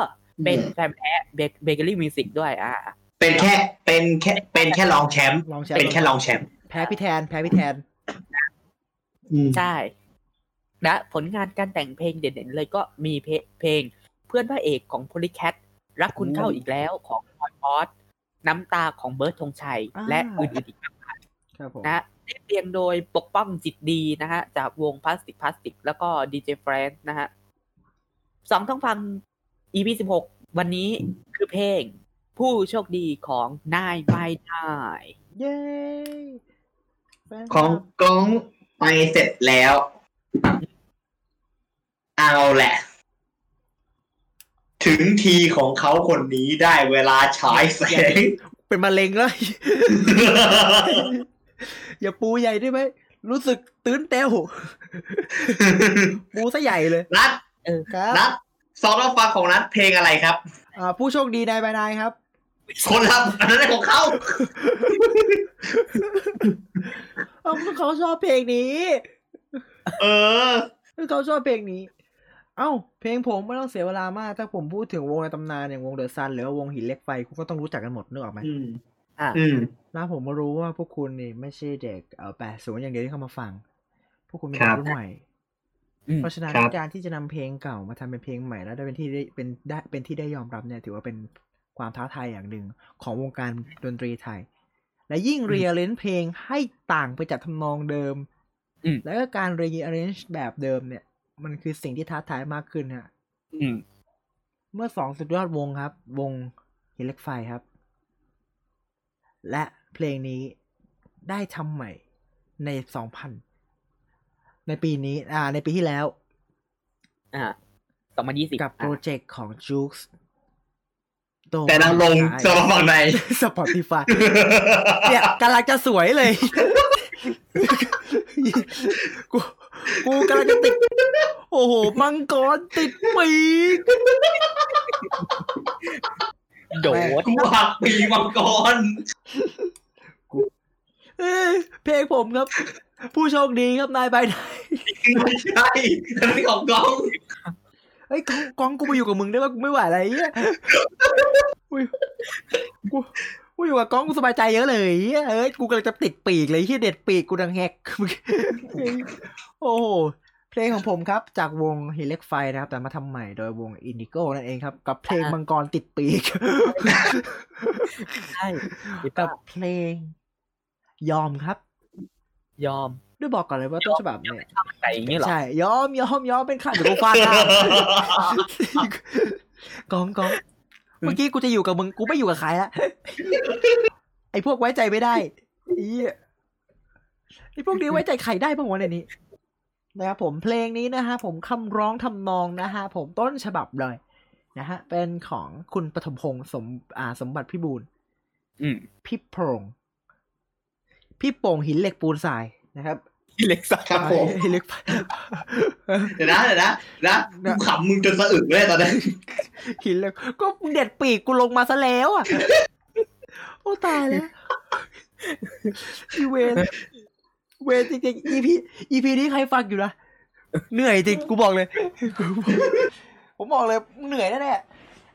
เป็น อืม แฟนแท้เบเกอรี่มิวสิกด้วยอ่า เป็นแค่เป็นแค่เป็นแค่รองแชมป์ ลองแช เป็น ร์ แค่รองแชมป์ แพ้พี่แทน แพ้พี่แทน อืม ใช่และผลงานการแต่งเพลงเด่นๆเลยก็มีเพลงเพลง เพื่อนพระเอกของ p o l y c a t รักคุณเข้าอีกแล้วของพอยพอสน้ำตาของเบิร์ดธงชัย อ่า และอื่นๆอีกมาก ครับผม นะฮะเรียบเรียงโดยปกป้องจิตดีนะฮะ จากวงพลาสติกพลาสติก แล้วก็ดีเจแฟนนะฮะสองต้องฟัง EP สิบหกวันนี้คือเพลง ผู้โชคดีของนายไม่ได้ เย้แฟน ของกล้องไปเสร็จแล้ว เอาแหละ ถึงทีของเขาคนนี้ได้เวลาฉายแสง เป็นมะเร็งแล้ว อย่าปูใหญ่ได้ไหม รู้สึกตื้นเต้วปูซะใหญ่เลย นัด ครับ นัดสองรับฟังของนัดเพลงอะไรครับ อ่าผู้โชคดีนายบายนายครับ คนรับอันนั้นของเขา เอาเขาชอบเพลงนี้ เออ เขาชอบเพลงนี้ เอ้า เพลงผมไม่ต้องเสียเวลามาก ถ้าผมพูดถึงวงในตำนานอย่างวงเดอะซันหรือว่าวงหินเหล็กไฟคุณก็ต้องรู้จักกันหมดนึกออกไหม อืม อ่ะ อืม แล้วผมมารู้ว่าพวกคุณนี่ไม่ใช่เด็กเออแปดศูนย์อย่างเดียวที่เข้ามาฟัง พวกคุณเป็น ค ครับ นรุ่นใหม่ อืม เพราะฉะนั้น ครับ การที่จะนำเพลงเก่ามาทำเป็นเพลงใหม่แล้วได้เป็นที่ได้เป็นได้เป็นที่ได้ยอมรับเนี่ย ถือว่าเป็นความท้าทายอย่างหนึ่งของวงการดนตรีไทย และยิ่งเรียเลนเพลงให้ต่างไปจากทำนองเดิม อืม แล้วก็การเรียเลนแบบเดิมเนี่ย มันคือสิ่งที่ท้าทายมากขึ้นฮะ อืม เมื่อสองสุดยอดวงครับ วงหินเหล็กไฟครับ และเพลงนี้ได้ทำใหม่ในสองพันในปีนี้ อ่า ในปีที่แล้ว อ่าสองพันยี่สิบ กับโปรเจกต์ของ j u k e s โด แต่นางลงสำหรับฝั่งใน สปอติฟายเนี่ยกำลังจะสวยเลย กูกูกำลังจะติด โอ้โห มังกรติดปีก โดด กูหักปีมังกร เอ้ยเพลงผมครับ ผู้โชคดีครับนายไปไหน ไม่ใช่อันนี้ของกล้อง ไอ้ยกองกองกูมาอยู่กับมึงได้ป่ะกูไม่ไหวอะไรเงี้ยอุ้ยกูกูอยู่กับกองกูสบายใจเยอะเลยเหี้ยเอ้ยกูกำลังจะติดปีกเลยที่เด็ดปีกกูดังแฮก โอ้โหเพลงของผมครับจากวงฮิเล็กไฟนะครับ แต่มาทำใหม่โดยวงอินดิโก้นั่นเองครับ กับเพลงมังกรติดปีก ใช่ กั กั บบ เพลง ยอมครับ ยอม ด้วยบอกก่อนเลยว่าต้นฉบับเนี่ย แต่อย่างนี้เหรอ ใช่ยอมยอมยอมเป็นข้าเดี๋ยวกูฟาดห น้า กองกองเมื่อกี้กูจะอยู่กับมึงกูไม่อยู่กับใคร ละไอ้พวกไว้ใจไม่ได้อีไอ้พวกนี้ไว้ใจใครได้บ้างวะในนี้นะครับผมเพลงนี้นะฮะผมคำร้องทำนองนะฮะผมต้นฉบับเลยนะฮะเป็นของคุณปฐมพงศ์สมอ่าสมบัติพิบูล อืม พี่โปร่งพี่โป่งหินเหล็กปูนทรายนะครับ พี่เล็กสัก ครับผม หินเหล็ก เดี๋ยวนะเดี๋ยวนะเดี๋ยวนะกูขำมึงจนสะอึกเลยตอนนี้ หินเลยก็เด็ดปีกกูลงมาซะแล้วอ่ะ โอ้ตายแล้วอีเวนเวนจริงๆ EP EP นี้ใครฟังอยู่นะเหนื่อยจริงกูบอกเลยกูบอกผมบอกเลยเหนื่อยแน่ๆนะ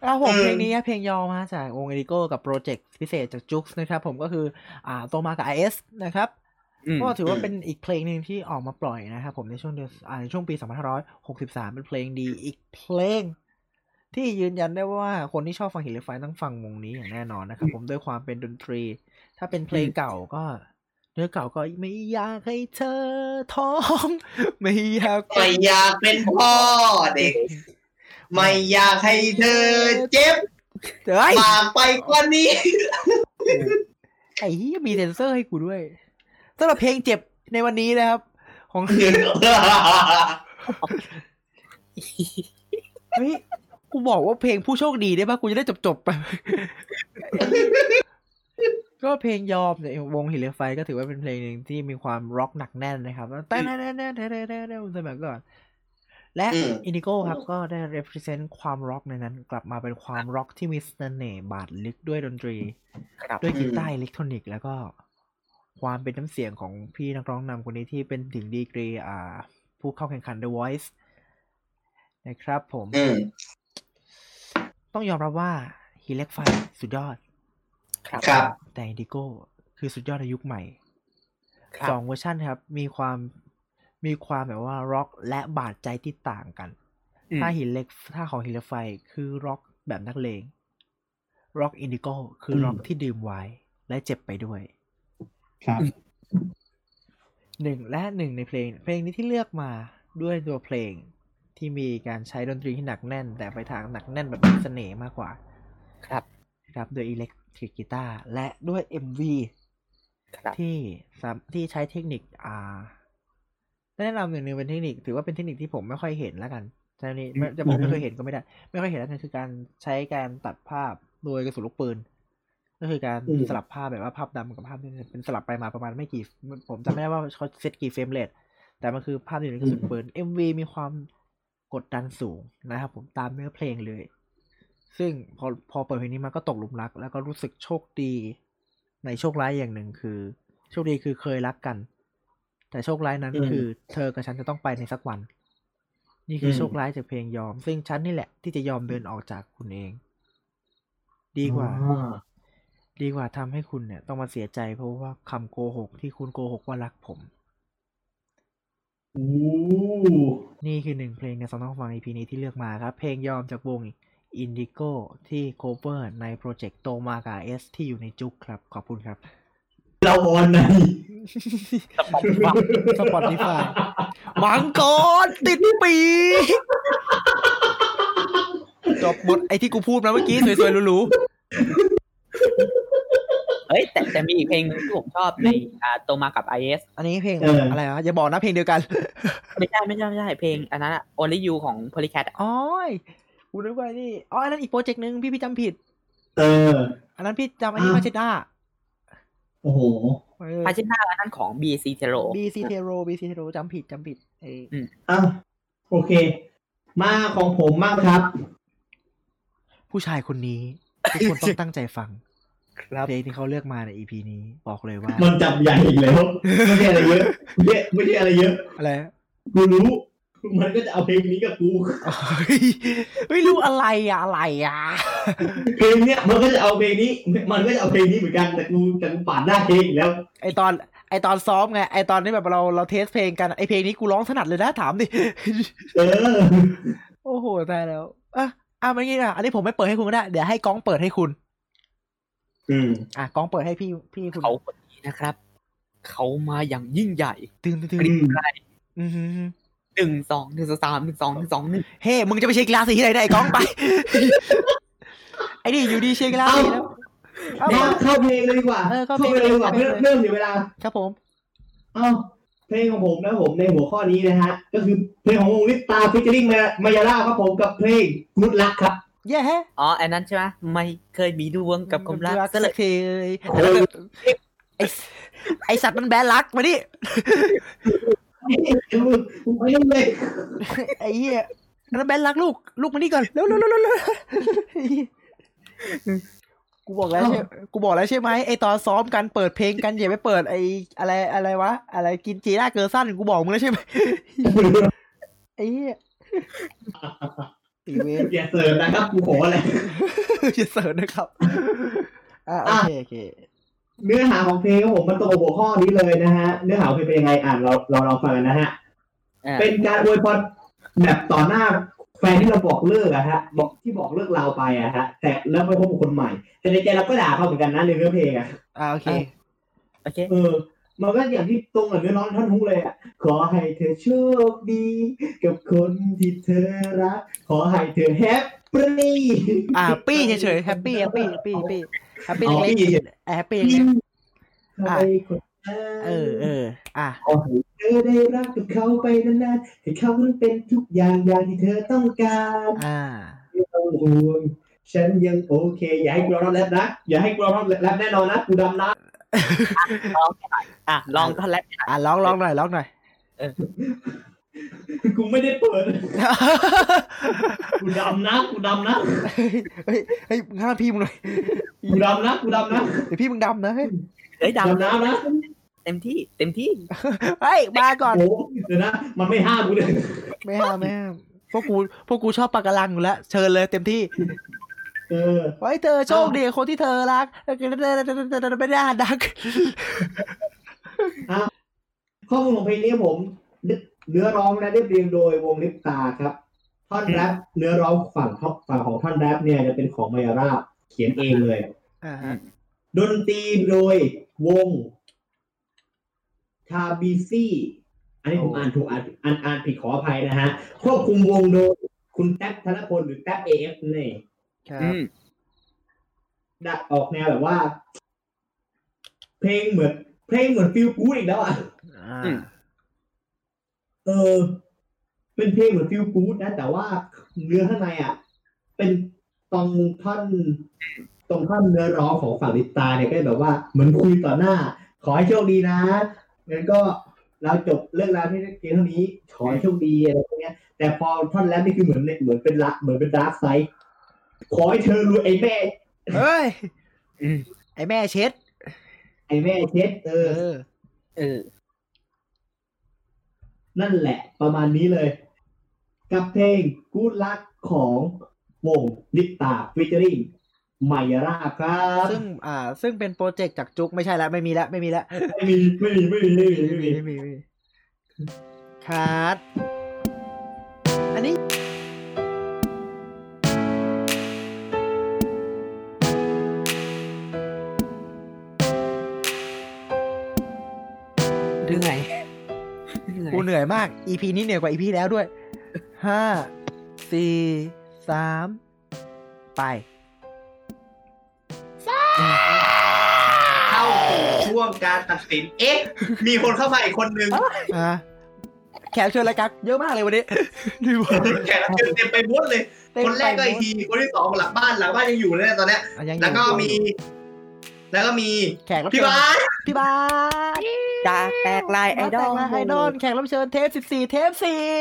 ครับผมเพลงนี้เพลงยอมาจากวงเอริโก้กับโปรเจกต์พิเศษจากจุกส์นะครับผมก็คือ อ่าโตมากับ IS นะครับ ก็ถือว่าเป็นอีกเพลงหนึ่งที่ออกมาปล่อยนะครับผมในช่วงเดือนอ่าในช่วงปี 2563 เป็นเพลงดีอีกเพลง ที่ยืนยันได้ว่าคนที่ชอบฟังหินเหล็กไฟต้องฟังวงนี้อย่างแน่นอนนะครับผมด้วยความเป็นดนตรี ถ้าเป็นเพลงเก่าก็เนื้อเก่าก็ไม่อยากให้เธอท้อง ไม่อยาก ไม่อยากเป็นพ่อเด็ก ไม่อยากให้เธอเจ็บ เฮ้ย ปากไปกว่านี้ ไอ้เหี้ยมีเซนเซอร์ให้กูด้วยสำหรับเพลงเจ็บในวันนี้นะครับ ของ เฮ้ยกูบอกว่าเพลงผู้โชคดีได้ปะกูจะได้จบจบๆไป ก็เพลงยอมเนี่ยวงหินเหล็กไฟก็ถือว่าเป็นเพลงหนึ่งที่มีความร็อกหนักแน่นนะครับแต่แน่แน่แน่แน่แน่แน่แน่สมัยก่อน และ อืม อินิโก้ครับก็ได้ represent ความร็อกในนั้น กลับมาเป็นความร็อกที่มีเสน่ห์บาดลึกด้วยดนตรี ครับ ด้วยกีตาร์อิเล็กทรอนิกส์แล้วก็ความเป็นน้ำเสียงของพี่นักร้องนำคนนี้ที่เป็นถึงดีกรีอ่า ผู้เข้าแข่งขัน The Voice นะครับผม อืม ต้องยอมรับว่าฮิเล็กไฟสุดยอด ครับ ครับ แต่อินดิโก้คือสุดยอดในยุคใหม่ ครับ สองเวอร์ชันครับ มีความมีความแบบว่าร็อกและบาดใจที่ต่างกัน อืม ถ้าหินเหล็กถ้าของหินเหล็กไฟคือร็อกแบบนักเลงร็อกอินดิโก้คือร็อกที่ดื่มไว้และเจ็บไปด้วย ครับ หนึ่งและหนึ่งในเพลง เพลงนี้ที่เลือกมาด้วยตัวเพลงที่มีการใช้ดนตรีที่หนักแน่น แต่ไปทางหนักแน่นแบบมีเสน่ห์มากกว่า ครับ ครับโดยอิเล็กทริกกีตาร์และด้วย MV ครับ ที่สามที่ใช้เทคนิคอ่าแนะนำอย่างหนึ่งเป็นเทคนิค ถือว่าเป็นเทคนิคที่ผมไม่ค่อยเห็นแล้วกันใช่นี้ไม่จะบอกไม่เคยเห็นก็ไม่ได้ ไม่ค่อยเห็นแล้วกันคือการใช้การตัดภาพโดยกระสุนลูกปืน ก็คือการ อืม สลับภาพแบบว่าภาพดำกับภาพนี่เป็นสลับไปมาประมาณไม่กี่ ผมจำไม่ได้ว่าเขาเซตกี่เฟรมเรทแต่มันคือภาพอยู่ในกระสุนปืน MV มีความกดดันสูงนะครับผมตามเนื้อเพลงเลย ซึ่งพอพอเปิดเพลงนี้มาก็ตกหลุมรัก แล้วก็รู้สึกโชคดีในโชคร้ายอย่างหนึ่งคือ โชคดีคือเคยรักกัน แต่โชคร้ายนั้น อืม คือ เธอกับฉันจะต้องไปในสักวัน นี่คือมอโชคร้ายจากเพลงยอม ซึ่งฉันนี่แหละที่จะยอมเดินออกจากคุณเอง ดีกว่า อ่า ดีกว่าทำให้คุณเนี่ยต้องมาเสียใจเพราะว่าคำโกหกที่คุณโกหกว่ารักผม โอ้ นี่คือหนึ่งเพลงในสองต้องฟัง EP นี้ที่เลือกมาครับ เพลงยอมจากวง Indigo ที่โคเวอร์ในโปรเจกต์โตมากาเอสที่อยู่ในจุกครับ ขอบคุณครับ เราออนใน สปอติฟาย สปอติฟายมังกรติดปีกจบบทไอที่กูพูดมาเมื่อกี้ สวยๆหรู้ เอ้ยแต่แต่มีอีกเพลงหนึ่งที่ผมชอบในอ่าโตมากับไอเอส ๆอันนี้เพลง เอออ อะไรวะอย่าบอกนะเพลงเดียวกัน ไม่ใช่ไม่ใช่ไม่ใช่เพลงอันนั้นอะ Only You ของ Polycat อะ อ๋อยกูนึกว่านี่อ๋ออันนั้นอีกโปรเจกต์หนึ่งพี่พี่จำผิด เออ อันนั้นพี่จำอันนี้ อ่า มาเชด้า โอ้โห พาเชน่าอันนั้นของ B C เทโร บีซีเทโรบีซีเทโรจำผิดจำผิดเออ อ่ะโอเค มาของผมมากครับ ผู้ชายคนนี้ ทุกคนต้องตั้งใจฟัง ครับ เพลงที่เขาเลือกมาในอีพีนี้บอกเลยว่า มันจับใหญ่อีกแล้วไม่ใช่อะไรเยอะไม่ใช่ไม่ใช่อะไรเยอะ อะไร กูรู้ มันก็จะเอาเพลงนี้กับกู เฮ้ยเฮ้ยรู้อะไรอะอะไรอะ เพลงเนี้ยมันก็จะเอาเพลงนี้ มันก็จะเอาเพลงนี้เหมือนกันแต่กูแต่กูปาดหน้าเพลงอีกแล้ว ไอตอนไอตอนซ้อมไงไอตอนที่แบบเราเราเทสเพลงกันไอเพลงนี้กูร้องถนัดเลยนะถามดิ เออ โอ้โหตายแล้วอ่ะอ่ะไม่งี้อ่ะอันนี้ผมไม่เปิดให้คุณก็ได้ เดี๋ยวให้ก้องเปิดให้คุณ อืม อ่ะก้องเปิดให้พี่พี่คุณ เขาคนนี้นะครับ เขามาอย่างยิ่งใหญ่ ตึงตึงตึง อืม อือหือ หนึ่งสองหนึ่งสามหนึ่งสองหนึ่งสองหนึ่ง เฮ้มึงจะไปเชียร์กีฬาสีที่ไหนเนี่ยไอ้ก้องไป ไอ้นี่อยู่ดีเชียร์กีฬาสีแล้ว เอา มา มา เข้าเพลงเลยดีกว่า เออเข้า เข้า เพ เพ ล ลงเลยงดีกว่า เข้าเพล เริ่ ง มเริ่มเลยเสียเวลา ครับผม เอ้าเพลงของผมนะครับผมในหัวข้อนี้นะฮะ ก็คือเพลงของวงลิปตาฟิชเชอริงมายาล่าครับผมกับเพลงนุดรักครับ เย้แฮะ อ๋ออันนั้นใช่ไหมไม่เคยมีดวงกับความรัก สั ซะเลย กทีแล้วก็ไอไอสัตว์มันแบนรักมาดิ ไม่เลย ไอ้เหี้ยแล้วแบนรักลูก ลูกมานี่ก่อนเร็วเร็วเร็วเร็วเร็วไอ้เหี้ยกูบอกแล้วใช่กูบอกแล้วใช่ไหมไอตอนซ้อมกันเปิดเพลงกันอย่าไปเปิดไออะไรอะไรวะ อะไรกินจีน่าเกอร์สั้นกูบอกมึงแล้วใช่ไหมไอ้เหี้ย ตีเว ฟ อย่าเสริมนะครับกูขอแหละ จะเสิร์ชนะครับอ่ะโอเคโอเค เนื้อหาของเพลงของผมมันตรงกับหัวข้อนี้เลยนะฮะ เนื้อหาของเพลงเป็นยังไงอ่านเราเราลองฟังกันนะฮะ อ่า เป็นการอวยพรแบบต่อหน้าแฟนที่เราบอกเลิกอะฮะ บอกที่บอกเลิกเราไปอะฮะ แต่แล้วไปพบกับคนใหม่ แต่ในใจเราก็ด่าเขาเหมือนกันนะในเนื้อเพลงอะ อ่ะโอเค โอเค เออ มันก็อย่างที่ตรงกับเนื้อร้องท่อนฮุกเลยอ่ะ ขอให้เธอโชคดี กับคนที่เธอรัก ขอให้เธอแฮปปี้ อ่ะปี้เฉยๆแฮปปี้แฮปปี้แฮปปี้แฮปปี้แฮปปี้เล็กๆแฮปปี้เล็ก อ่ะ ใครคนนั้น ๆเออเอออ่ะ ขอให้เธอได้รักกับเขาไปนานๆ ให้เขาเป็นทุกอย่างอย่างที่เธอต้องการ อ่า ไม่ต้องห่วงฉันยังโอเค อย่าให้กูร้องแรปนะ อย่าให้กูร้องแรปแน่นอนนะ กูดำนะ ลองหน่อยอ่ะ ลองท่อนแรก อ่ะร้องร้องหน่อยร้องหน่อย กูไม่ได้เปิด กูดำนะ กูดำนะ เฮ้ยเฮ้ยเฮ้ยมึงห้ามพี่มึงหน่อย กูดำนะ กูดำนะ เดี๋ยวพี่มึงดำนะเฮ้ย เอ้ยดาว ดำน้ำนะ เต็มที่ เต็มที่ เฮ้ยมาก่อน โอ้เดี๋ยวนะ มันไม่ห้ามกูเลย ไม่ห้ามไม่ห้ามพวกกูพวกกูชอบปากกาลังอยู่แล้วเชิญเลยเต็มที่ เออ ไว้เธอโชคดีคนที่เธอรักไม่ได้ดัก ข้อมูลของเพลงนี้ผมเนื้อร้องและเรียบเรียงโดยวงลิปตาครับ ท่อนแรปเนื้อร้องฝั่งท็อปฝั่งของท่อนแรปเนี่ยจะเป็นของมายาราเขียนเองเลย อ่าฮะ ดนตรีโดยวงคาบิซี่ อันนี้ผมอ่านถูกอ่านอ่านอ่านผิดขออภัยนะฮะ ควบคุมวงโดยคุณแท็บธนพลหรือแท็บเอฟนี่ ครับ อืม ดะออกแนวแบบว่า เพลงเหมือน เพลงเหมือนฟิลกูดอีกแล้วอ่ะ อ่า อืม เออ เป็นเพลงเหมือนฟิลกู๊ดนะ แต่ว่าเนื้อข้างในอ่ะ เป็นตรงท่อนตรงท่อนเนื้อร้องของฝั่งลิปตาเนี่ยก็แบบว่าเหมือนคุยต่อหน้า ขอให้โชคดีนะงั้นก็เราจบเรื่องราวที่เพียงเท่านี้ ขอให้โชคดีอะไรพวกเนี้ย แต่พอท่อนแรกนี่คือเหมือนเหมือนเป็นละเหมือนเป็นดาร์กไซด์ขอให้เธอรวยไอ้แม่ เฮ้ย อืม ไอแม่เช็ด ไอ้แม่เช็ดเอ เอ อ อ เออ นั่นแหละประมาณนี้เลย กับเพลงกูรักของวงลิปตาฟิชเชอริงไมยาราครับ ซึ่งอ่า ซึ่งเป็นโปรเจกต์จากจุกไม่ใช่ละไม่มีละไม่มีละ ไม่มีไม่มีไม่มีไม่มีไม่มีไม่มีไม่มีไม่มีคัดอันนี้ เหนื่อยเหนื่อย กูเหนื่อยมาก EP นี้เหนื่อยกว่า EP แล้วด้วย ห้า สี่ สาม ไป เข้าสู่ช่วงการตัดสิน เอ๊ะ มีคนเข้ามาอีกคนนึง อ่ะ แขกเชิญรายการเยอะมากเลยวันนี้ดีมาก แขกรับเชิญเต็มไปหมดเลย เต็ม คนแรกก็อีกที คนที่สองหลังบ้านหลังบ้านยังอยู่เลยนะตอนเนี้ย อ่ะยังอยู่ แล้วก็มี แล้วก็มี แขกรับ พี่ เชิญ บาส พี่บาส จากแตกลายไอดอล แขกรับเชิญไอดอลแขกรับเชิญเทปสิบสี่เทปสี่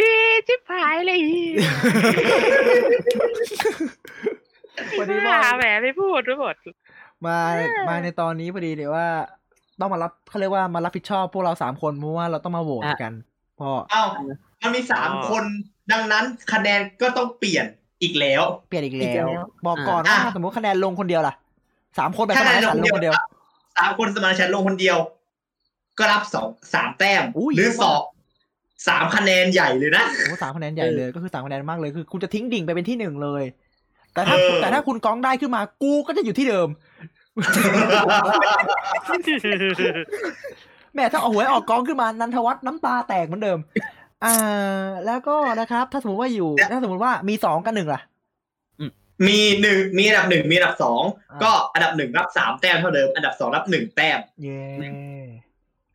ดีชิบหายเลย วันนี้มา ว่าแหมไม่พูดทั้งหมด มามาในตอนนี้พอดีเดี๋ยวว่า ต้องมารับเขาเรียกว่ามารับผิดชอบพวกเราสามคนเพราะว่าเราต้องมาโหวตกันเพราะ เอ้ามันมีสามคน ดังนั้นคะแนนก็ต้องเปลี่ยนอีกแล้ว เปลี่ยนอีก อีก แล้ แล้ว ว บอกก่อนว่า อ่ะ ถ้าสมมติคะแนนลงคนเดียวล่ะสามคนแบบคะแนนลงคนเดียว รับสามคนสมาชิกลงคนเดียว ก็รับสองสามแต้ม อุ้ย หรือ เยอะมาก สองสามคะแนนใหญ่เลยนะ โอ้สามคะแนนใหญ่เลยก็คือสามคะแนนมากเลยคือคุณจะทิ้งดิ่งไปเป็นที่หนึ่งเลย แต่ถ้า เออ แต่ถ้าคุณก้องได้ขึ้นมากูก็จะอยู่ที่เดิม แหม่ถ้าเอาหวยออกกองขึ้นมานันทวัฒน์น้ำตาแตกเหมือนเดิม อ่า แล้วก็นะครับ ถ้าสมมติว่าอยู่ ถ้าสมมติว่ามีสองกับหนึ่งล่ะ มีหนึ่งมีอันดับหนึ่งมีอันดับสอง อ่า ก็อันดับหนึ่งรับสามแต้มเท่าเดิม อันดับสองรับหนึ่งแต้ม เย้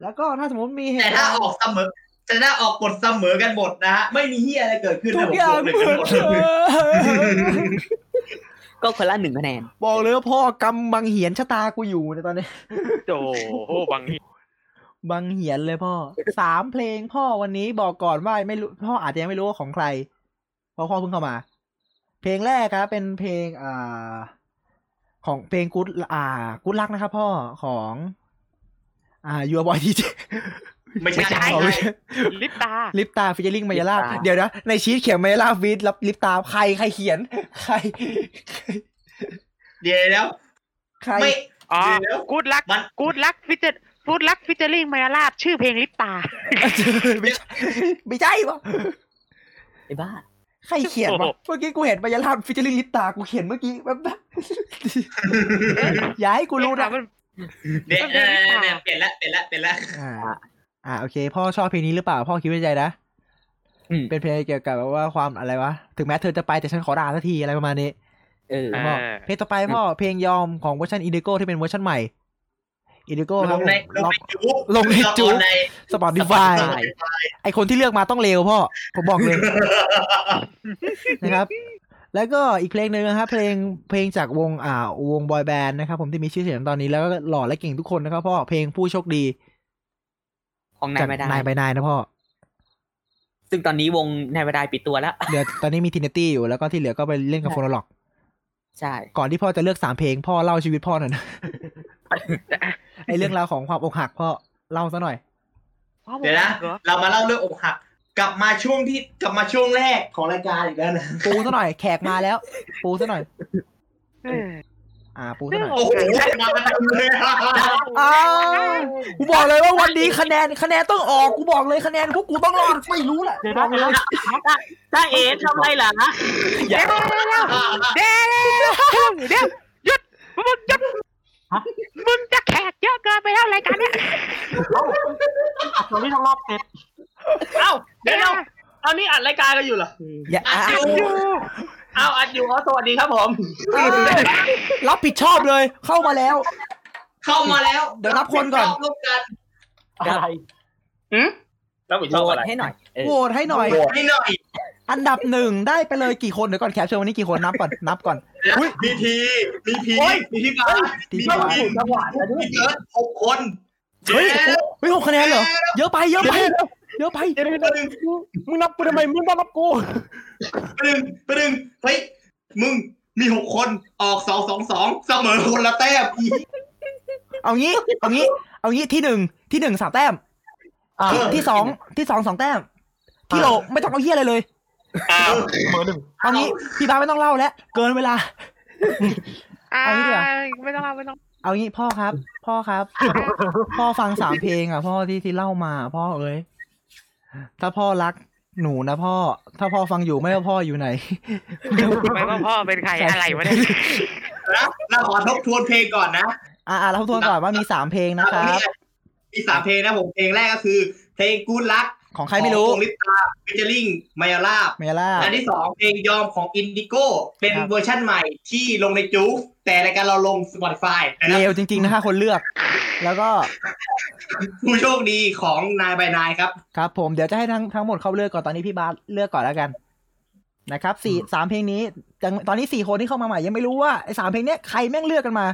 แล้วก็ถ้าสมมติมีเห แต่ ตุ ถ้า กาอรณ์ อกเสมอแต่ถ้าออกกฎเสมอกันหมดนะฮะไม่มีเฮียอะไรเกิดขึ้น ทุ นะ ก ผม อย่า บองกเลย เหมื ทั้งหมอนด เดิม ก็คนละหนึ่งคะแนน บอกเลยว่าพ่อกำบังเหียนชะตากูอยู่ในตอนนี้ โอ้โหบางที บังเหียนเลยพ่อ สามเพลงพ่อวันนี้บอกก่อนว่าไม่รู้พ่ออาจจะยังไม่รู้ว่าของใคร เพราะพ่อเพิ่งเข้ามา เพลงแรกครับเป็นเพลงอ่า ของเพลงกู๊ดอ่ากู๊ดรักนะครับพ่อของ อ่ายูบอยดีเจ ไม่ใช่ ลิปตา ลิปตาฟิชเชอริงมายาลา Lip ตา เดี๋ยวนะในชีตเขียนมายาลาฟีดรับลิปตาใครใครเขียน ใคร เดี๋ยวแล้ว ใคร ไม่ อ๋อ เดี๋ยว กูดลัก มัน กูดลักฟิจเจอร์กูดลักฟิจเจอริงมายาลาบชื่อเพลงลิปตา ไม่ใช่ไม่ใช่ปะ ไอ้บ้า ใครเขียนวะเมื่อกี้กูเห็นมายาลาฟิชเชอริงลิปตากูเขียนเมื่อกี้แบบๆอย่าให้กูรู้นะ เดี๋ยวเออเนี่ยเปลี่ยนละเปลี่ยนละเปลี่ยนละ อ่า อ่า โอเค พ่อชอบเพลงนี้หรือเปล่า พ่อคิดไว้ในใจนะ อืม เป็นเพลงเกี่ยวกับแบบว่าความอะไรวะ ถึงแม้เธอจะไปแต่ฉันขอด่าสักทีอะไรประมาณนี้ เออ พ่อ อ่า เพลงต่อไปพ่อ เพลงยอมของเวอร์ชันอินดิโกที่เป็นเวอร์ชันใหม่ อินดิโก ล ครับ ง ผม ในลง ล็อก ในจุ๊บ ลงในจุ๊บ ลงใน สปอติฟายไอคนที่เลือกมาต้องเลวพ่อ ผมบอก เลย นะครับ แล้วก็อีกเพลงหนึ่งนะครับ เพลงเพลงจากวงอ่าวงบอยแบนด์นะครับผมที่มีชื่อเสียงตอนนี้แล้วก็หล่อและเก่งทุกคนนะครับพ่อ เพลงผู้โชคดี ของนา จาย ก ไม่ได้ นายไปนายนะพ่อ ซึ่งตอนนี้วงนายไม่ได้ปิดตัวแล้ว เดี๋ยวตอนนี้มีทินตี้อยู่แล้วก็ที่เหลือก็ไปเล่นกับ ใช่ โฟนล็อก ใช่ ก่อนที่พ่อจะเลือกสามเพลง พ่อเล่าชีวิตพ่อห น่อยนะ ไอเรื่องราวของความอกหักพ่อเล่าซะหน่อย เดี๋ยวนะเรามาเล่าเรื่องอกหัก กลับมาช่วงที่กลับมาช่วงแรกของรายการอีกแล้วนะ ปูซะหน่อยแขกมาแล้ว ปูซะหน่อย อ่า ปูซะหน่อย โอ้โหมาเต็มเลยอะ อ้าวกูบอกเลยว่าวันนี้คะแนนคะแนนต้องออกกูบอกเลยคะแนนพวกกูต้องรอดไม่รู้แหละบอกเลย จ้าเอ๋ทำไรล่ะ เดี๋ยวเดี๋ยวเดี๋ยวเดี๋ยวเดี๋ยวหยุดมึงหยุดมึงจะแขกเยอะเกินไปแล้วรายการเนี้ย ตอนนี้ต้องรอบเซต เอ้าเดี๋ เดี๋ ย ยวว ตอนนี้อัดรายการกันอยู่เหรอ อย่าอ่ะ อัดอยู่ เอ้าอัดอยู่อ๋อสวัสดีครับผม รับผิดชอบเลย เข้ามาแล้ว เข้ามาแล้ว เดี๋ยวนับคนก่อน ร่วมกัน อะไร แล้วผมช โห อบ ว อะ ต ไร ให้หน่อยเออ โหวตให้หน่อย ให้หน่อย อันดับหนึ่งได้ไปเลยกี่คนเดี๋ยวก่อนแคปเชิญวันนี้กี่คนนับก่อนนับก่อน อุ๊ย มีทีมีพี โอ้ย มีที่บาส ที่ มี บาส ทีมมีเกิร์ดหกคน เฮ้ยเฮ้ยหกคะแนนเหรอเยอะไปเยอะไปเยอะไป ประดึง มึงนับกูทำไมมึงมานับกู ประดึงประดึงเฮ้ยมึงมีหกคนออกสองสองสองเสมอคนละแต้มอี เอางี้ เอางี้ เอางี้ที่หนึ่งที่หนึ่งสามแต้มที่ที่สองที่สองสองแต้ม ที่โหลไม่ต้องเอาเฮียอะไรเลย อ้าว เอางี้พี่บาสไม่ต้องเล่าแล้วเกินเวลา อ่า เอางี้ดีกว่า ไม่ต้องเอาไม่ต้อง เอางี้พ่อครับ พ่อ ครับ พ่อฟังสามเพลงอ่ะ พ่อที่ที่เล่ามา พ่อเอ้ยถ้าพ่อรักหนูนะพ่อ ถ้าพ่อฟังอยู่ไม่ว่าพ่ออยู่ไหน ไม่ว่าพ่อเป็นใคร ใช่ อะไรวะเนี่ย นะเราขอทบทวนเพลงก่อนนะ อ่ะอ่ะเราทวนก่อนว่ามีสามเพลงนะครับ มีสามเพลงนะผมเพลงแรกก็คือ เพลงกูรัก ของใครไม่รู้ ของลิปตาฟิเจอริงมายาลาบ เมล่า อันที่สองเพลงยอมของอินดิโก้เป็น ครับ เวอร์ชั่นใหม่ที่ลงในจู๊กแต่รายการเราลง Spotify นะค เล รับ วจริงๆนะคะคนเลือก แล้วก็ ผู้โชคดีของนายบายนายครับ ครับผมเดี๋ยวจะให้ทั้งทั้งหมดเขาเลือกก่อนตอนนี้พี่บาสเลือกก่อนแล้วกันนะครับสี่สามเพลงนี้ยังตอนนี้สี่คนที่เข้ามาใหม่ยังไม่รู้ว่าไอ้สามเพลงเนี้ยใครแม่งเลือกกันมา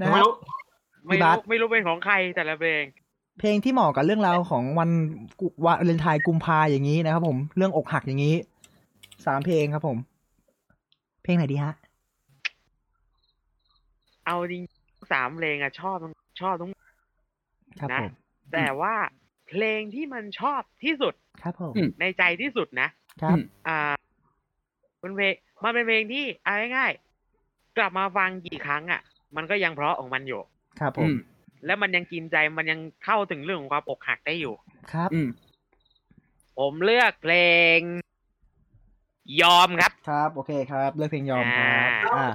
นะค ไม่ รับบาสรู้ ไม่รู้ไม่รู้เป็นของใครแต่ละเพลง เพลงที่เหมาะกับเรื่องราวของวันกุวาเลนไทน์กุมภาอย่างนี้นะครับ ผมเรื่องอกหักอย่างนี้สามเพลงครับผม เพลงไหนดีฮะ เอาจริงๆสามเพลงอะชอบทั้งชอบทั้ง ครับ นะ ผม แต่ว่าเพลงที่มันชอบที่สุด ครับผม อืม ในใจที่สุดนะครับ อ่าเป็นเพลงมันเป็นเพลงที่เอาง่ายๆกลับมาฟังกี่ครั้งอะมันก็ยังเพราะของมันอยู่ ครับผ อื ม ม และมันยังกินใจมันยังเข้าถึงเรื่องของความอกหักได้อยู่ ครับ อืม ผมเลือกเพลง ยอมครับ ครับโอเคครับ เลือกเพลงยอมค อ่า รับอ่า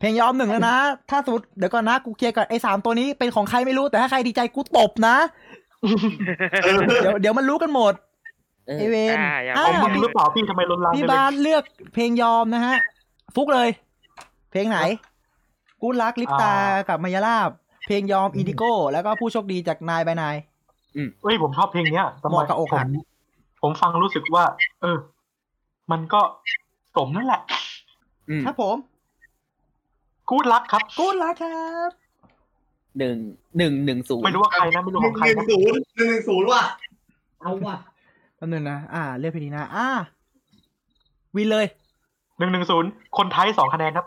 เพลงยอมหนึ่งแล้วนะ ถ้าสมมติเดี๋ยวก่อนนะกูเคลียร์ก่อนไอ้สามตัวนี้เป็นของใครไม่รู้แต่ถ้าใครดีใจกูตบนะ เดี๋ยวเดี๋ยวมันรู้กันหมด เออ ไอเวน อ่าอย่า อ่า ผ มึงรู้เปล่าพี่ทำไมลนลาน พี่ จังเลย บาสเลือกเพลงยอมนะฮะ ฟุกเลย เพลงไหนกูรักลิปตา อ่ากั กับมายาลาบ เพลงยอมอินดิโก้แล้วก็ผู้โชคดีจากนายบายนาย เอ้ยผมชอบเพลงเนี้ยทำ เห ไม มาะกับอกหัก ผมผมฟังรู้สึกว่า เออ มันก็สมนั่นแหละ ครับผม กูดรักครับ กูรักครับ หนึ่งหนึ่งหนึ่งศูนย์ ไม่รู้ว่าใครนะ ไม่รู้ ห ข นึ่ อง งใคร หนึ่ง นะ ศูนย์หนึ่งหนึ่งศูนย์ว่ะ เอาว่ะ แป๊บนึงนะ อ่า เลือกเพลงนี้นะ อ่า วินเลย หนึ่งหนึ่งศูนย์คนไทยสองคะแนนครับ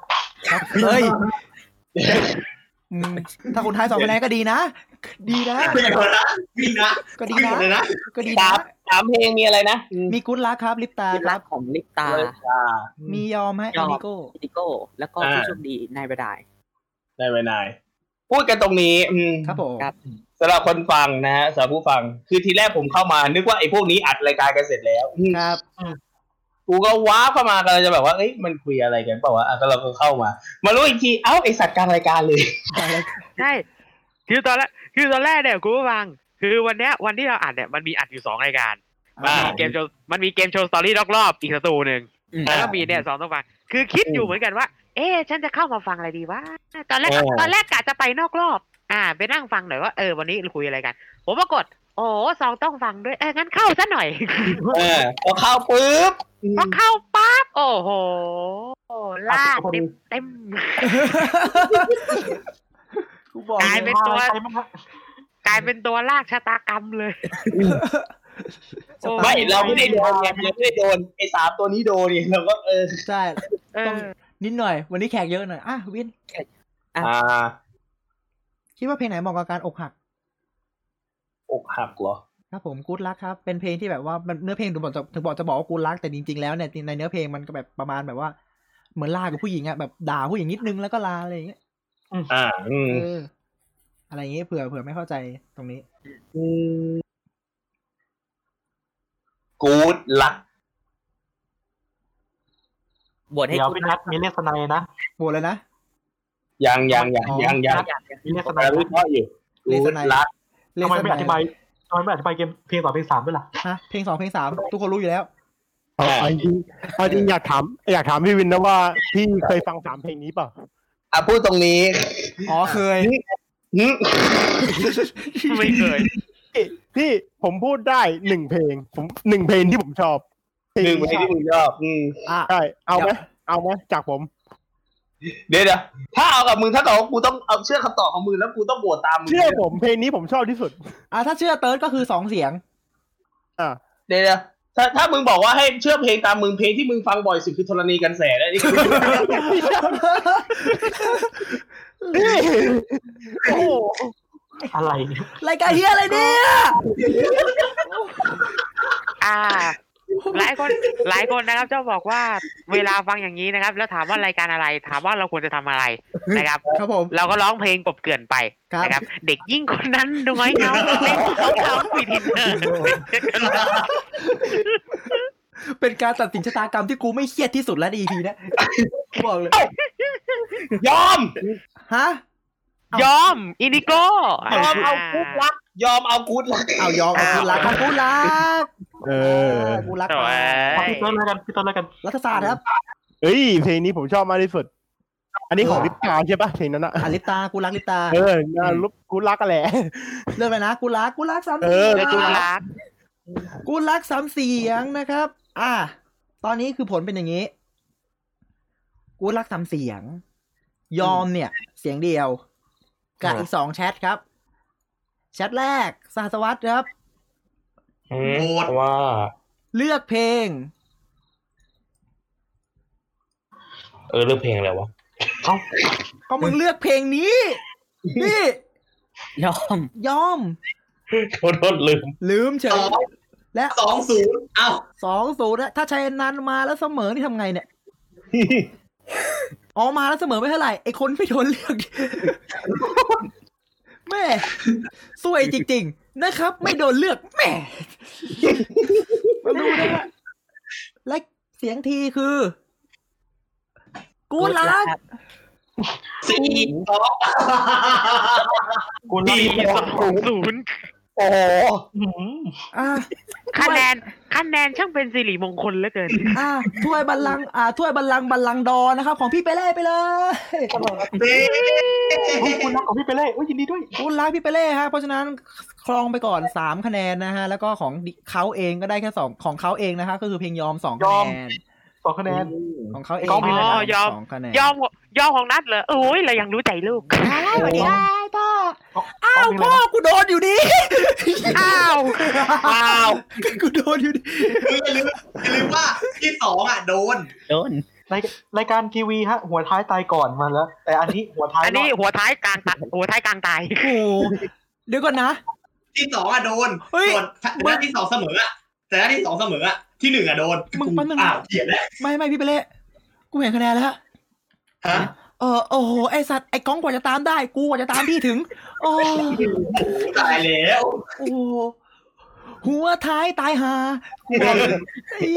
เฮ้ย อืมถ้าคนไทายสองคะแนนก็ดีนะ ดีนะ เดี๋ยวนะวินนะ ก็ดี วิน นะ หมดเลยนะ ก็ดี สา นะ มสามเพลงมีอะไรนะ มีกุ๊ดลักครับ ลิปตา ที่ ค รั รั ก บ ของลิปตา เลยจ้า มียอมไหม ย อิ อม นิโก้ อิติโก้ แล้วก็ อ่า ผู้โชคดีนายบดาย ได้ไว้นาย พูดกันตรงนี้อืม ครับผม ครับ สำหรับคนฟังนะฮะสำหรับผู้ฟัง คือทีแรกผมเข้ามา นึกว่าไอ้พวกนี้อัดรายการกันเสร็จแล้วอืม ครับ กูก็ว้าบเข้ามากำลังจะแบบว่าเอ้ยมันคุยอะไรกันเปล่าวะอ่ะก็เราก็เข้ามา มารู้อีกทีเอ้าไอสัตว์กลางรายการเลย ใช่คือตอนแรกคือตอนแรกเนี่ยคุณผู้ฟัง คือวันเนี้ยวันที่เราอัดเนี่ยมันมีอัดอยู่สองรายการ อ่ามั นเกมโชว์มันมีเกมโชว์สตอรี่รอบๆอีกสตูหนึ่งแล้วก็มีเนี่ยสองต้องฟัง คือคิดอยู่เหมือนกันว่า เอ๊ะฉันจะเข้ามาฟังอะไรดีวะตอนแรก เออ ตอนแรกกะจะไปนอกรอบ อ่า ไปนั่งฟังหน่อยว่าเออวันนี้คุยอะไรกัน ผมปรากฏโอ้สองต้องฟังด้วยเอองั้นเข้าซะหน่อย เออพอเข้าปุ๊บ พอเข้าปั๊บโอ้โหลากเต็มเต็ม กูบอก กลายเป็นตัว ใครมันฮะ ๆกลายเป็นตัวลากชะตากรรมเลย สป ไม่ ย เราไม่ได้โดนไงเราไม่ได้โดนไอสามตัวนี้โดนเนี่ยเราก็เออ ใช่ เอ ต้อง อ นิดหน่อย วันนี้แขกเยอะหน่อย อ่ะ วิน อ่า คิดว่าเพลงไหนเหมาะกับการอกหัก อกหักเหรอ ครับผมกูดรักครับ เป็นเพลงที่แบบว่ามันเนื้อเพลงถึงบอกจะถึงบอกจะบอกว่ากูรักแต่จริงๆแล้วเนี่ยในเนื้อเพลงมันก็แบบประมาณแบบว่า เหมือนลากับผู้หญิงอะแบบด่าผู้หญิงนิดนึงแล้วก็ลาอะไรอย่างเงี้ย อ่า อืม เออ อะไรอย่างเงี้ยเผื่อเผื่อไม่เข้าใจตรงนี้ กูดลัก บวชให้ เดี๋ยว กู พี่ นะ นัทมีเลขสไนยนะ โหวตเลยนะ ยังยังยังยังยัง มีเลขสไน แต่ ย รู้ นะ เพราะห์อยู่ เล กู ส ด ไน ลัก เล ทำไม ส ไม่ ไน อธิบายทำไมไม่อธิบายเกมเพลงสองเพลงสามด้วยล่ะ ฮะเพลงสองเพลงสามทุกคนรู้อยู่แล้ว เอาเอาจริงเอาจริงอยากถาม อยากถามพี่วินนะว่าพี่เคยฟังสามเพลงนี้เปล่ะ อ่ะพูดตรงนี้ อ๋อเคย หึ ไม่เคย พี่ผมพูดได้หนึ่งเพลง ผมหนึ่งเพลงที่ผมชอบ หนึ่งเพลงที่มึงชอบอืม อ่ะ ใช่เอาไหมเอาไหมจากผม เดี๋ยวเดี๋ยวถ้าเอากับมึงถ้ากับกูต้องเอาเชื่อคำตอบของมึงแล้วกูต้องโหวตตามมึง เชื่อผมเพลงนี้ผมชอบที่ สุด อ่ะถ้าเชื่อเติร์ดก็คือสองเสียง เดี๋ยวเดี๋ยวถ้าถ้ามึงบอกว่าให้เชื่อเพลงตามมึงเพลงที่มึงฟังบ่อยสุดคือธรณีกันแสงนะนี่คือ โอ้โห อะไรเนี่ย รายการเฮียอะไรเนี่ย อ่า หลายคนหลายคนนะครับเจ้าบอกว่าเวลาฟังอย่างนี้นะครับ แล้วถามว่ารายการอะไร ถามว่าเราควรจะทำอะไรนะครับ ครับผม เราก็ร้องเพลงกบเกลื่อนไป ครับ นะครับ เด็กยิ่งคนนั้นดูไว้เงาเล่นเขาเขาปีดินเนอร์ เป็นการตัดสินชะตากรรมที่กูไม่เครียดที่สุดแล้วใน EP เนี้ยกูบอกเลย ยอม ฮะ ยอม อินิโก้ ยอมเอาคุกรัก ยอมเอากู๊ด ไลน์ เอายอมเอากูรักกูรัก เออ กูรัก โอ้ย พี่ต้นแล้วกันพี่ต้นแล้วกัน รัฐศาสตร์ครับ เอ้ยเพลงนี้ผมชอบมากที่สุด อันนี้ของลิปตาใช่ปะเพลงนั้นอะ อลิตากูรักลิตา เออน่ารูปกูรักกันแหละ เรื่องอะไรนะกูรักกูรักสาม เอ เสียงอกูรัก กูรักสามเสียงนะครับ อ่า ตอนนี้คือผลเป็นอย่างนี้ กูรักสามเสียง ยอมเนี่ย เสียงเดียวกับอีกสองแชทครับ แชทแรกสหัสวัสดิ์ครับ โหด ว่า เลือกเพลง เออเลือกเพลงอะไรวะ ก็มึงเลือกเพลง นี้ นี่ ยอม ยอม โทษโทษลืม ลืมเฉ ส ย อง และ สองศูนย์เอ้า สองศูนย์ถ้าชัยนันท์มาแล้วเสมอนี่ทำไง เนี่ย ออกมาแล้วเสมอไม่เท่าไหร่ไอ้คนไม่โดนเลือก แม่สวยจริง ๆ นะครับ ไม่โดนเลือกแม่มาดูนะว่าและเสียงทีคือ กูรัก สี่สอง กูรัก สี่ พี่ต้น สอง ศูนย์ โอ้โห อ่า คะแนนคะแนนช่างเป็นสิริมงคลเหลือเกิน อ่าถ้วยบัลลังก์อ่าถ้วยบัลลังก์บัลลังก์ดอนะครับ ของพี่ไปเล่ไปเลย สี่ คุณรักของพี่ไปเลยโอ้ยยินดีด้วย คุณรักพี่เปเล่ฮะเพราะฉะนั้นคลองไปก่อนสามคะแนนนะฮะ แล้วก็ของดิเขาเองก็ได้แค่สองของเขาเองนะคะก็คือเพลงยอมสองคะ ยอม แนน สองคะแนน ของเขาเอง ก็มี นะ อ๋อยอม สองคะแนน ยอมยอมของนัดเหรอโอ้ยเรายังรู้ใจลูก อ้าวสวัสดีครับพ่อ ก็ อ้าว ก็มี พ่อ อะไรนะ กูโดนอยู่ดี อ้าว อ้าว กูโดนอยู่ดี คืออย่าลืมอย่าลืมว่าที่สองอ่ะโดน โดน รายรายการทีวีฮะ หัวท้ายตายก่อนมาแล้ว แต่อันนี้หัวท้าย อันนี้หัวท้ายกลางตัดหัวท้ายกลางตาย โอ้โหเดี๋ยวก่อนนะ ที่สองอ่ะโดน เฮ้ย ส่วนถ้าที่สองเสมออ่ะ แต่ถ้าที่สองเสมออ่ะ ที่หนึ่งอ่ะโดน มึงแป๊บนึงนะ อ้าวเขียนแล้ว ไม่ไม่พี่เปเล่กูเห็นคะแนนแล้ว ฮะ เออโอ้โหไอสัตว์ไอกล้องกว่าจะตามได้ กูกว่าจะตามพี่ถึงโอ้ ตายแล้ว โอ้โหหัวท้ายตายหา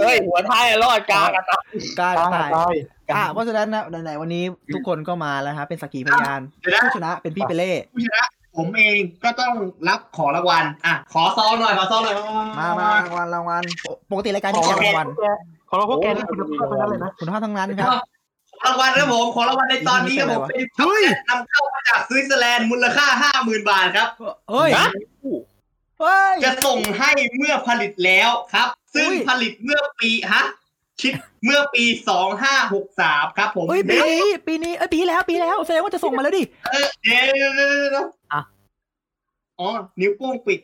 เฮ้ย หัวท้ายอะรอดกลางอะตาย กล้า ตาย ตาย ตาย อ่ะเพราะฉะนั้นนะไหนๆวันนี้ทุกคนก็มาแล้วฮะเป็นสักขีพยาน เดี๋ยวนะ ผู้ชนะเป็นพี่เปเล่ ผู้ชนะผมเองก็ต้องรับของรางวัลอ่ะขอซองหน่อยขอซองหน่อย มามารางวัลรางวัลปกปกติรายการที่แจกรางวัล ขอเราพวกแกนี่คุณภาพทั้งนั้นเลยนะ คุณภาพทั้งนั้นครับ ของรางวัลครับผมของรางวัลในตอนนี้ครับผมเป็น เฮ้ย นำเข้ามาจากสวิตเซอร์แลนด์มูลค่าห้าหมื่นบาทครับ เฮ้ยเฮ้ย จะส่งให้เมื่อผลิตแล้วครับ ซึ่ง อุ๊ย ผลิตเมื่อปีฮะคิดเมื่อปีสองห้าหกสามครับผม เฮ้ยปีนี้ปีนี้เอ้ยปีแล้วปีแล้วแสดงว่าจะส่งมาแล้วดิ เออเดี๋ยวเดี๋ยวเดี๋ยวเดี๋ยว อ่ะ อ๋อ นิ้วโป้งปิด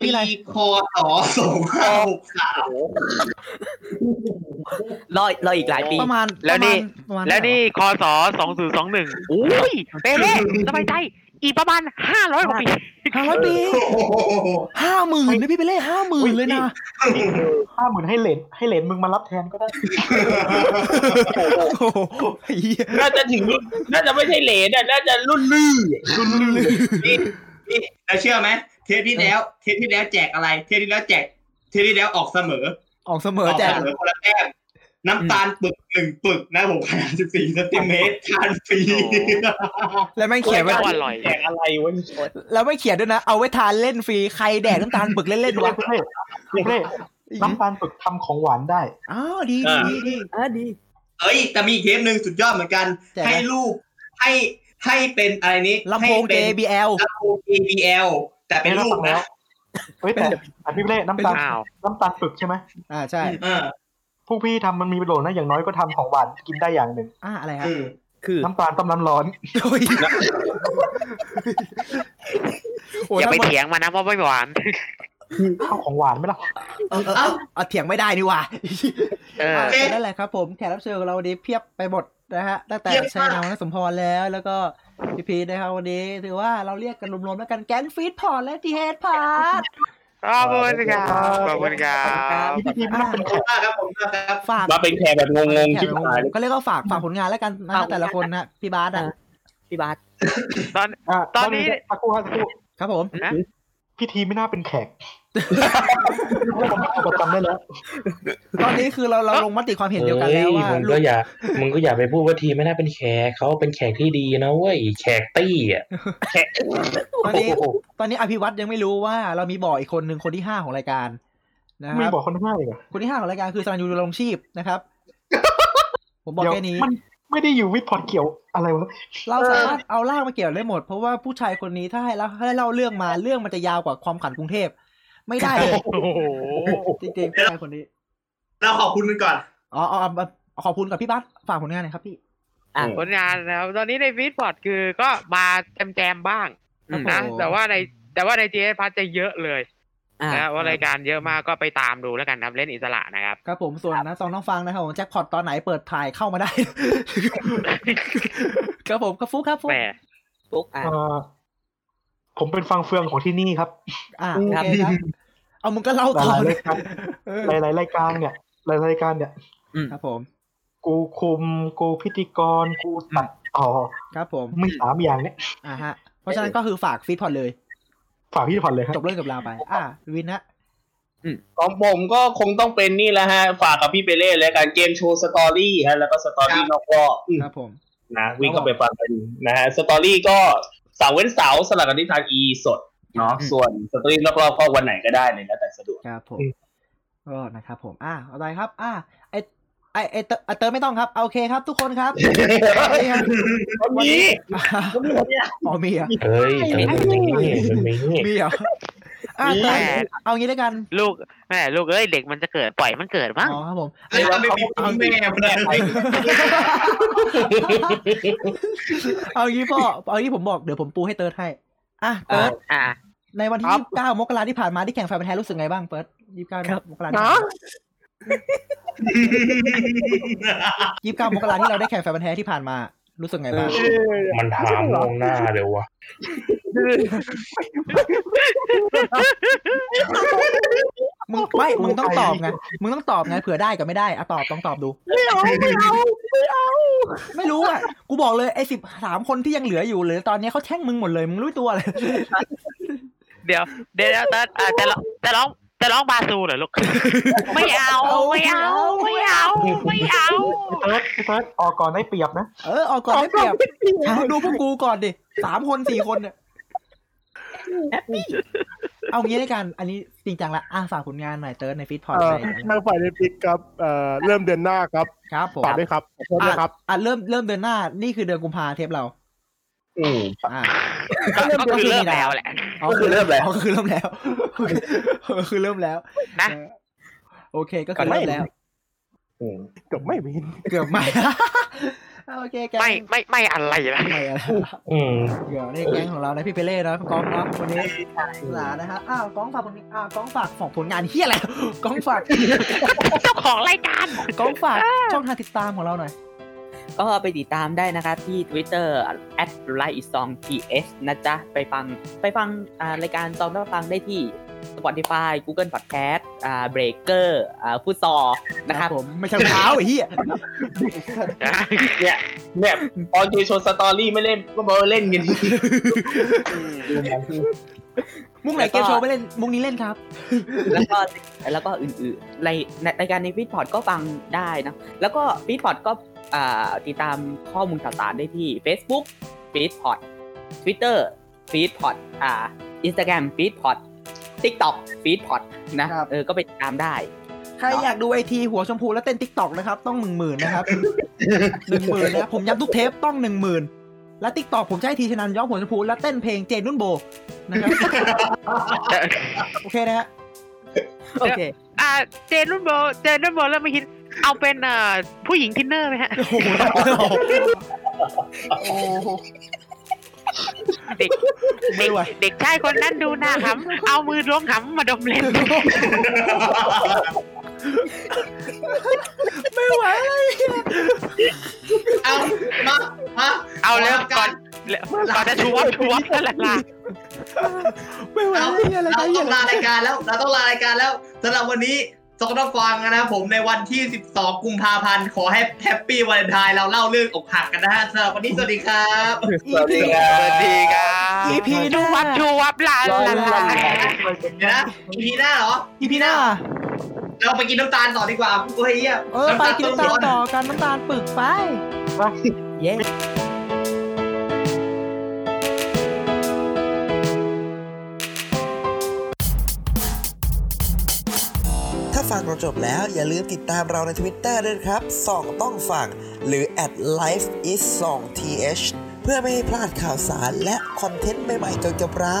ปี ปี อะไร คอสอสองห้าหกสาม รอรออีกหลายปี ประมาณ แล้วนี่ ประมาณ แล้วนี่คอสอสองศูนย์สองหนึ่งอุ้ยเป้เล่สบายใจ อีกประมาณห้าร้อยกว่าปี ห้าร้อยปี โอ้โห ห้าหมื่นนะพี่เปเล่ห้าหมื่นเลยนะ ห้าหมื่นให้เหรนให้เหรนมึงมารับแทนก็ได้ โอ้โหเหี้ย น่าจะถึงรุ่น น่าจะไม่ใช่เหลนอะน่าจะรุ่นลื่อ นี่นี่แล้วเชื่อไหมเทปที่แล้ว เทปที่แล้วแจกอะไร เทปที่แล้วแจก เทปที่แล้วออกเสมอ ออกเสมอแจก กเสมอคนละแต้มน้ำตาลปึกหนึ่งปึกนะผมขนาดสิบสี่เซนติเมตรทานฟรี โอ้โห แล้วไม่งเขียนไว้ อร่อย แจกอะไรวะเนี่ย แล้วไม่งเขียนด้วยนะเอาไว้ทานเล่นฟรีใครแดกน้ำตาลปึกเล่นๆวะ เพ่เพ่น้ำตาลปึกทำของหวานได้ อ้าวดีดีดีดี อ่ะดี เอ้ยแต่มีอีกเทปหนึ่งสุดยอดเหมือนกัน แจกไหม ให้รูปให้ให้เป็นอะไรนี้ ลำโพง ให้เป็น JBL ลำโพง JBL แต่เป็นรูปนะ เฮ้ยแต่แต่พี่เล่น้ำตาล อ้าว น้ำตาลปึกใช่ไหม อ่าใช่ เออ พวกพี่ทำมันมีประโยชน์นะอย่างน้อยก็ทำของหวานกินได้อย่างหนึ่ง อ่าอะไรฮะ อืม คือ น้ำตาลต้มน้ำร้อน โอ้ยโอ้ย อย่าไป ถ้ามัน เถียงมันนะเพราะไม่หวาน เข้าของหวานไหมล่ะ เออเออเออเอาเถียงไม่ได้นี่หว่า เออ แต่นั่นแหละครับผมแขกรับเชิญของเราวันนี้เพียบไปหมดนะฮะตั้งแต่ชัยนาวน์สมพรแล้ว แล้วก็พี่พีชนะครับวันนี้ถือว่าเราเรียกกันรวมๆแล้วกันแก๊งฟีดพอร์ตและทีเฮดพาร์ท ขอบคุณครับขอบคุณครั ค บ รับ พี่ไม่ต้องเป็น ขอบคุณมากครับผมครับ ฝาก มาเป็นแขกแบบงงๆชิบหายเลย ก็เรียกว่าฝากฝากผลงานแล้วกันนะฮะ ฝากผลงาน แต่ละคนนะพี่บาสอ่ะ พี่บาส ตอน ะ ตอนนี้ ตะกู้ฮะตะกู้ ครับผม พี่ทีไม่น่าเป็นแขก กดจำได้แล้ว ตอนนี้คือเราเราลงมติความเห็นเดียวกันแล้ว อ้ ว่า มึงก็อย่ามึงก็อย่าไปพูดว่าทีมไม่น่าเป็นแขกเขาเป็นแขกที่ดีนะเว้ยแขกตี้อ่ะแขก ตอนนี้ตอนนี้อภิวัตยังไม่รู้ว่าเรามีบ่ออีกคนหนึ่งคนที่ห้าของรายการนะค มี รับ บอกคนห้าอีกเหรอ คนที่ห้าของรายการคือสรัญยูดำรงชีพนะครับ ผมบอก เดี๋ยว แค่นี้ มันไม่ได้อยู่วิดพอร์ตเกี่ยวอะไรวะ เราสามารถเอาล่างมาเกี่ยวได้หมด เพราะว่าผู้ชายคนนี้ถ้าให้เราให้เล่าเรื่องมาเรื่องมันจะยาวกว่าความขันกรุงเทพ ไม่ได้เลย โอ้โห จริงๆผู้ชายคนนี้ เราขอบคุณกันก่อน อ๋ออ๋ออ๋อขอบคุณกับพี่บัสฝากผลงานหน่อยครับพี่ อ่ะ ผลงานนะครับตอนนี้ในฟีดพอร์ตคือก็มาแจมๆบ้าง ครับ นะ ผม แต่ว่าในแต่ว่าในเจสพัทจะเยอะเลย อ่ะ นะว่ารายการเยอะมากก็ไปตามดูแล้วกันนะครับเล่นอิสระนะครับ ครับผมส่วนนะซองน้องฟังนะครับผมแจ็คพอตตอนไหนเปิดถ่ายเข้ามาได้ ครับผมครับฟุกครับฟุก แหม ปุ๊กอ่ะ เอ่อผมเป็นฟังเฟืองของที่นี่ครับ อ่าโอเคครับเอามึงก็เล่า ห ต่อ ลายๆ เล รา ยยการหลายๆรายการเนี่ย หลายๆรายการเนี่ย ครับผม กูคุม กูพิธีกร กูตัดต่อ ครับผม ไม่สามอย่างเนี่ย อ่าฮะ เพราะฉะนั้นก็คือฝากฟีดพอดเลย ฝากพี่พอร์ตเลยครับ จบเรื่องกับเราไป อ่ะวินนะ ของผมก็คงต้องเป็นนี่แหละฮะ ฝากกับพี่เปเล่และการเกมโชว์สตอรี่ฮะแล้วก็สตอรี่นอกรอบอืม ครับผม นะวิ่งเข้าไปฟังกันนะฮะสตอรี่ก็เสาร์เว้นเสาร์สลับกันที่ทางอีสดเนาะส่วนสตอรี่นอกรอบก็วันไหนก็ได้เลยแล้วแต่สะดวก ครับผม อืม ก็นะครับผม อ่ะอะไรครับ อ่ะไอไอไอเตอร์อ่ะเติมไม่ต้องครับ โอเคครับ ทุกคนครับวันนี้ครับ วันนี้ อ๋อมีเหรอ่ะ เฮ้ยเติมตรงนี้ตรงนี้ มีเหรอ่ะอ่ะเติม แหม เอางี้แล้วกัน ลูกแหมลูกเอ้ยเด็กมันจะเกิดปล่อยมันเกิดมั้ง อ๋อครับผม แล้วจะไปบีบแม่มันนะ เอางี้พ่อ เอางี้ผมบอก เดี๋ยวผมปูให้เติร์ดให้ อ่ะเติร์ด อ่ะ ในวันที่ ครั ยี่ บ สิบเก้ามกราที่ผ่านมาที่แข่งแฟนพันธุ์แท้รู้สึกไงบ้างเติร์ดยี่สิบเก้ามกรา นะ ยี่สิบเก้ามกราที่เราได้แข่งแฟนพันธุ์แท้ที่ผ่านมา รู้สึกไงบ้าง มันถามมองหน้าเดี๋ยววะ มึ งไม่ มึงต้องตอบไง มึงต้องตอบไงเผื่อได้กับไม่ได้อะตอบต้องตอบดู ไม่เอาไม่เอาไม่เอา ไม่รู้อ่ะ กูบอกเลยไอ้สิบสามคนที่ยังเหลืออยู่หรือตอนนี้เขาแช่งมึงหมดเลย มึงรู้ตัวเลย เดี๋ยวเดี๋ยวจะจะร้องจะร้องจะร้องบาซูเหรอลูก ไม่เอาไม่เอา ไม่เอา ไม่เอา เติร์ดพี่เติร์ดออกก่อนได้เปรียบนะ เออ อ อกก่อนได้เปรียบมึงดูพวกกูก่อนดิสามคนสี่คนเนี่ยเอางี้ด้วยกัน อันนี้จริงจังละอ่ะฝากผลงานหน่อยเติร์ดในฟีดพอร์ต เอ่อ หน่อย ทางฝ่ายในพิกครับเอ่อเริ่มเดือนหน้าครับ ครับผม ฝากด้วยครับขอโทษนะครับ อ่ะเริ่มเริ่มเดือนหน้า นี่คือเดือนกุมภาเทปเรา อืม อ่ะ ก็ก็คือเลิกแล้วแหละ ก็คือเริ่มแล้วก็คือเริ่มแล้วโอเคก็คือเริ่มแล้ว นะ เออโอเคก็คือเริ่มแล้ว อืม จบไม่มี เกือบไม่ โอเคแกง ไม่ไม่ไม่อะไรละ ไม่อะไร อืม เดี๋ยวนี่แก๊งของเรานะพี่เปเล่นะกองเนาะวันนี้หลานะฮะอ้าวกองฝากผลอ้าวกองฝากของผลงานเฮียอะไรกองฝาก เจ้าของรายการ กองฝากช่องทางติดตามของเราหน่อย ก็ไปติดตามได้นะครับที่ Twitter at l i g h t s o n g th นะจ๊ะ ไปฟังไปฟังอ่ารายการตอนรับฟังได้ที่ Spotify Google Podcast อ่า Breaker อ่าฟุตซอนะครับ ผมไม่ใช่รองเท้าไอ้เฮี ย เนี่ยออนเจโชว์สตอรี่ไม่เล่นก็มาเล่นกันที่ มุกไหนเกมโชว์ไม่เล่นมุกนี้เล่นครับ แล้วก็แล้วก็อื่นๆในในรายการในฟีดพอร์ตก็ฟังได้นะ แล้วก็ฟีดพอร์ตก็อ่าติดตามข้อมูลข่าวสารได้ที่ Facebook ฟีดพอร์ต Twitter ฟีดพอร์ตอ่า Instagram ฟีดพอร์ต TikTok ฟีดพอร์ตนะครับ เออก็ไปติดตามได้ ใครอยากดูไอทีหัวชมพูแล้วเต้นติ๊กตอกนะครับ ต้องหนึ่งหมื่นนะครับหนึ่งหมื่นนะครับผมย้ำทุกเทปต้องหนึ่งหมื่นและติ๊กตอกผมจะใช้ทีชนันย้อมหัวชมพูและเต้นเพลงเจนนุ่นโบนะครับ โอเคนะฮะ โอเค อ่าเจนนุ่นโบเจนนุ่นโบเริ่มไม่คิดเอาเป็นเอ่อผู้หญิงทินเนอร์ไหมฮะ โอ้โห เด็กเด็กเด็กชายคนนั้นดูหน้าขำเอามือล้วงขำมาดมเล่น ไม่ไหวเลย เอามามา เอาแล้วก่อนก่อนจะชูวับชูวับนั่นแหละล่ะ ไม่ไหว เอา เลยอะไร เรา กัน ต้ เนี่ อยงลารายการแล้ว เราต้องลารายการแล้วสำหรับวันนี้ สองต้องฟังนะครับผมในวันที่ 12 กุมภาพันธ์ ขอให้แฮปปี้วันไทยเราเล่าเรื่องอกหักกันนะฮะสำหรับวันนี้สวัสดีครับ สวัสดีครับ สวัสดีครับ EP ดูวับดูวับลาลาลา เดี๋ยวนะอีพีหน้าเหรอ EP หน้า เราไปกินน้ำตาลต่อดีกว่าโอ้ยเหี้ย เออไปกินน้ำตาลต่อกันน้ำตาลปึกไป เย้ ถ้าฟังเราจบแล้วอย่าลืมติดตามเราใน Twitter ด้วยนะครับส่องต้องฟังหรือ at life is 2 th เพื่อไม่ให้พลาดข่าวสารและคอนเทนต์ใหม่ๆเกี่ยวกับเรา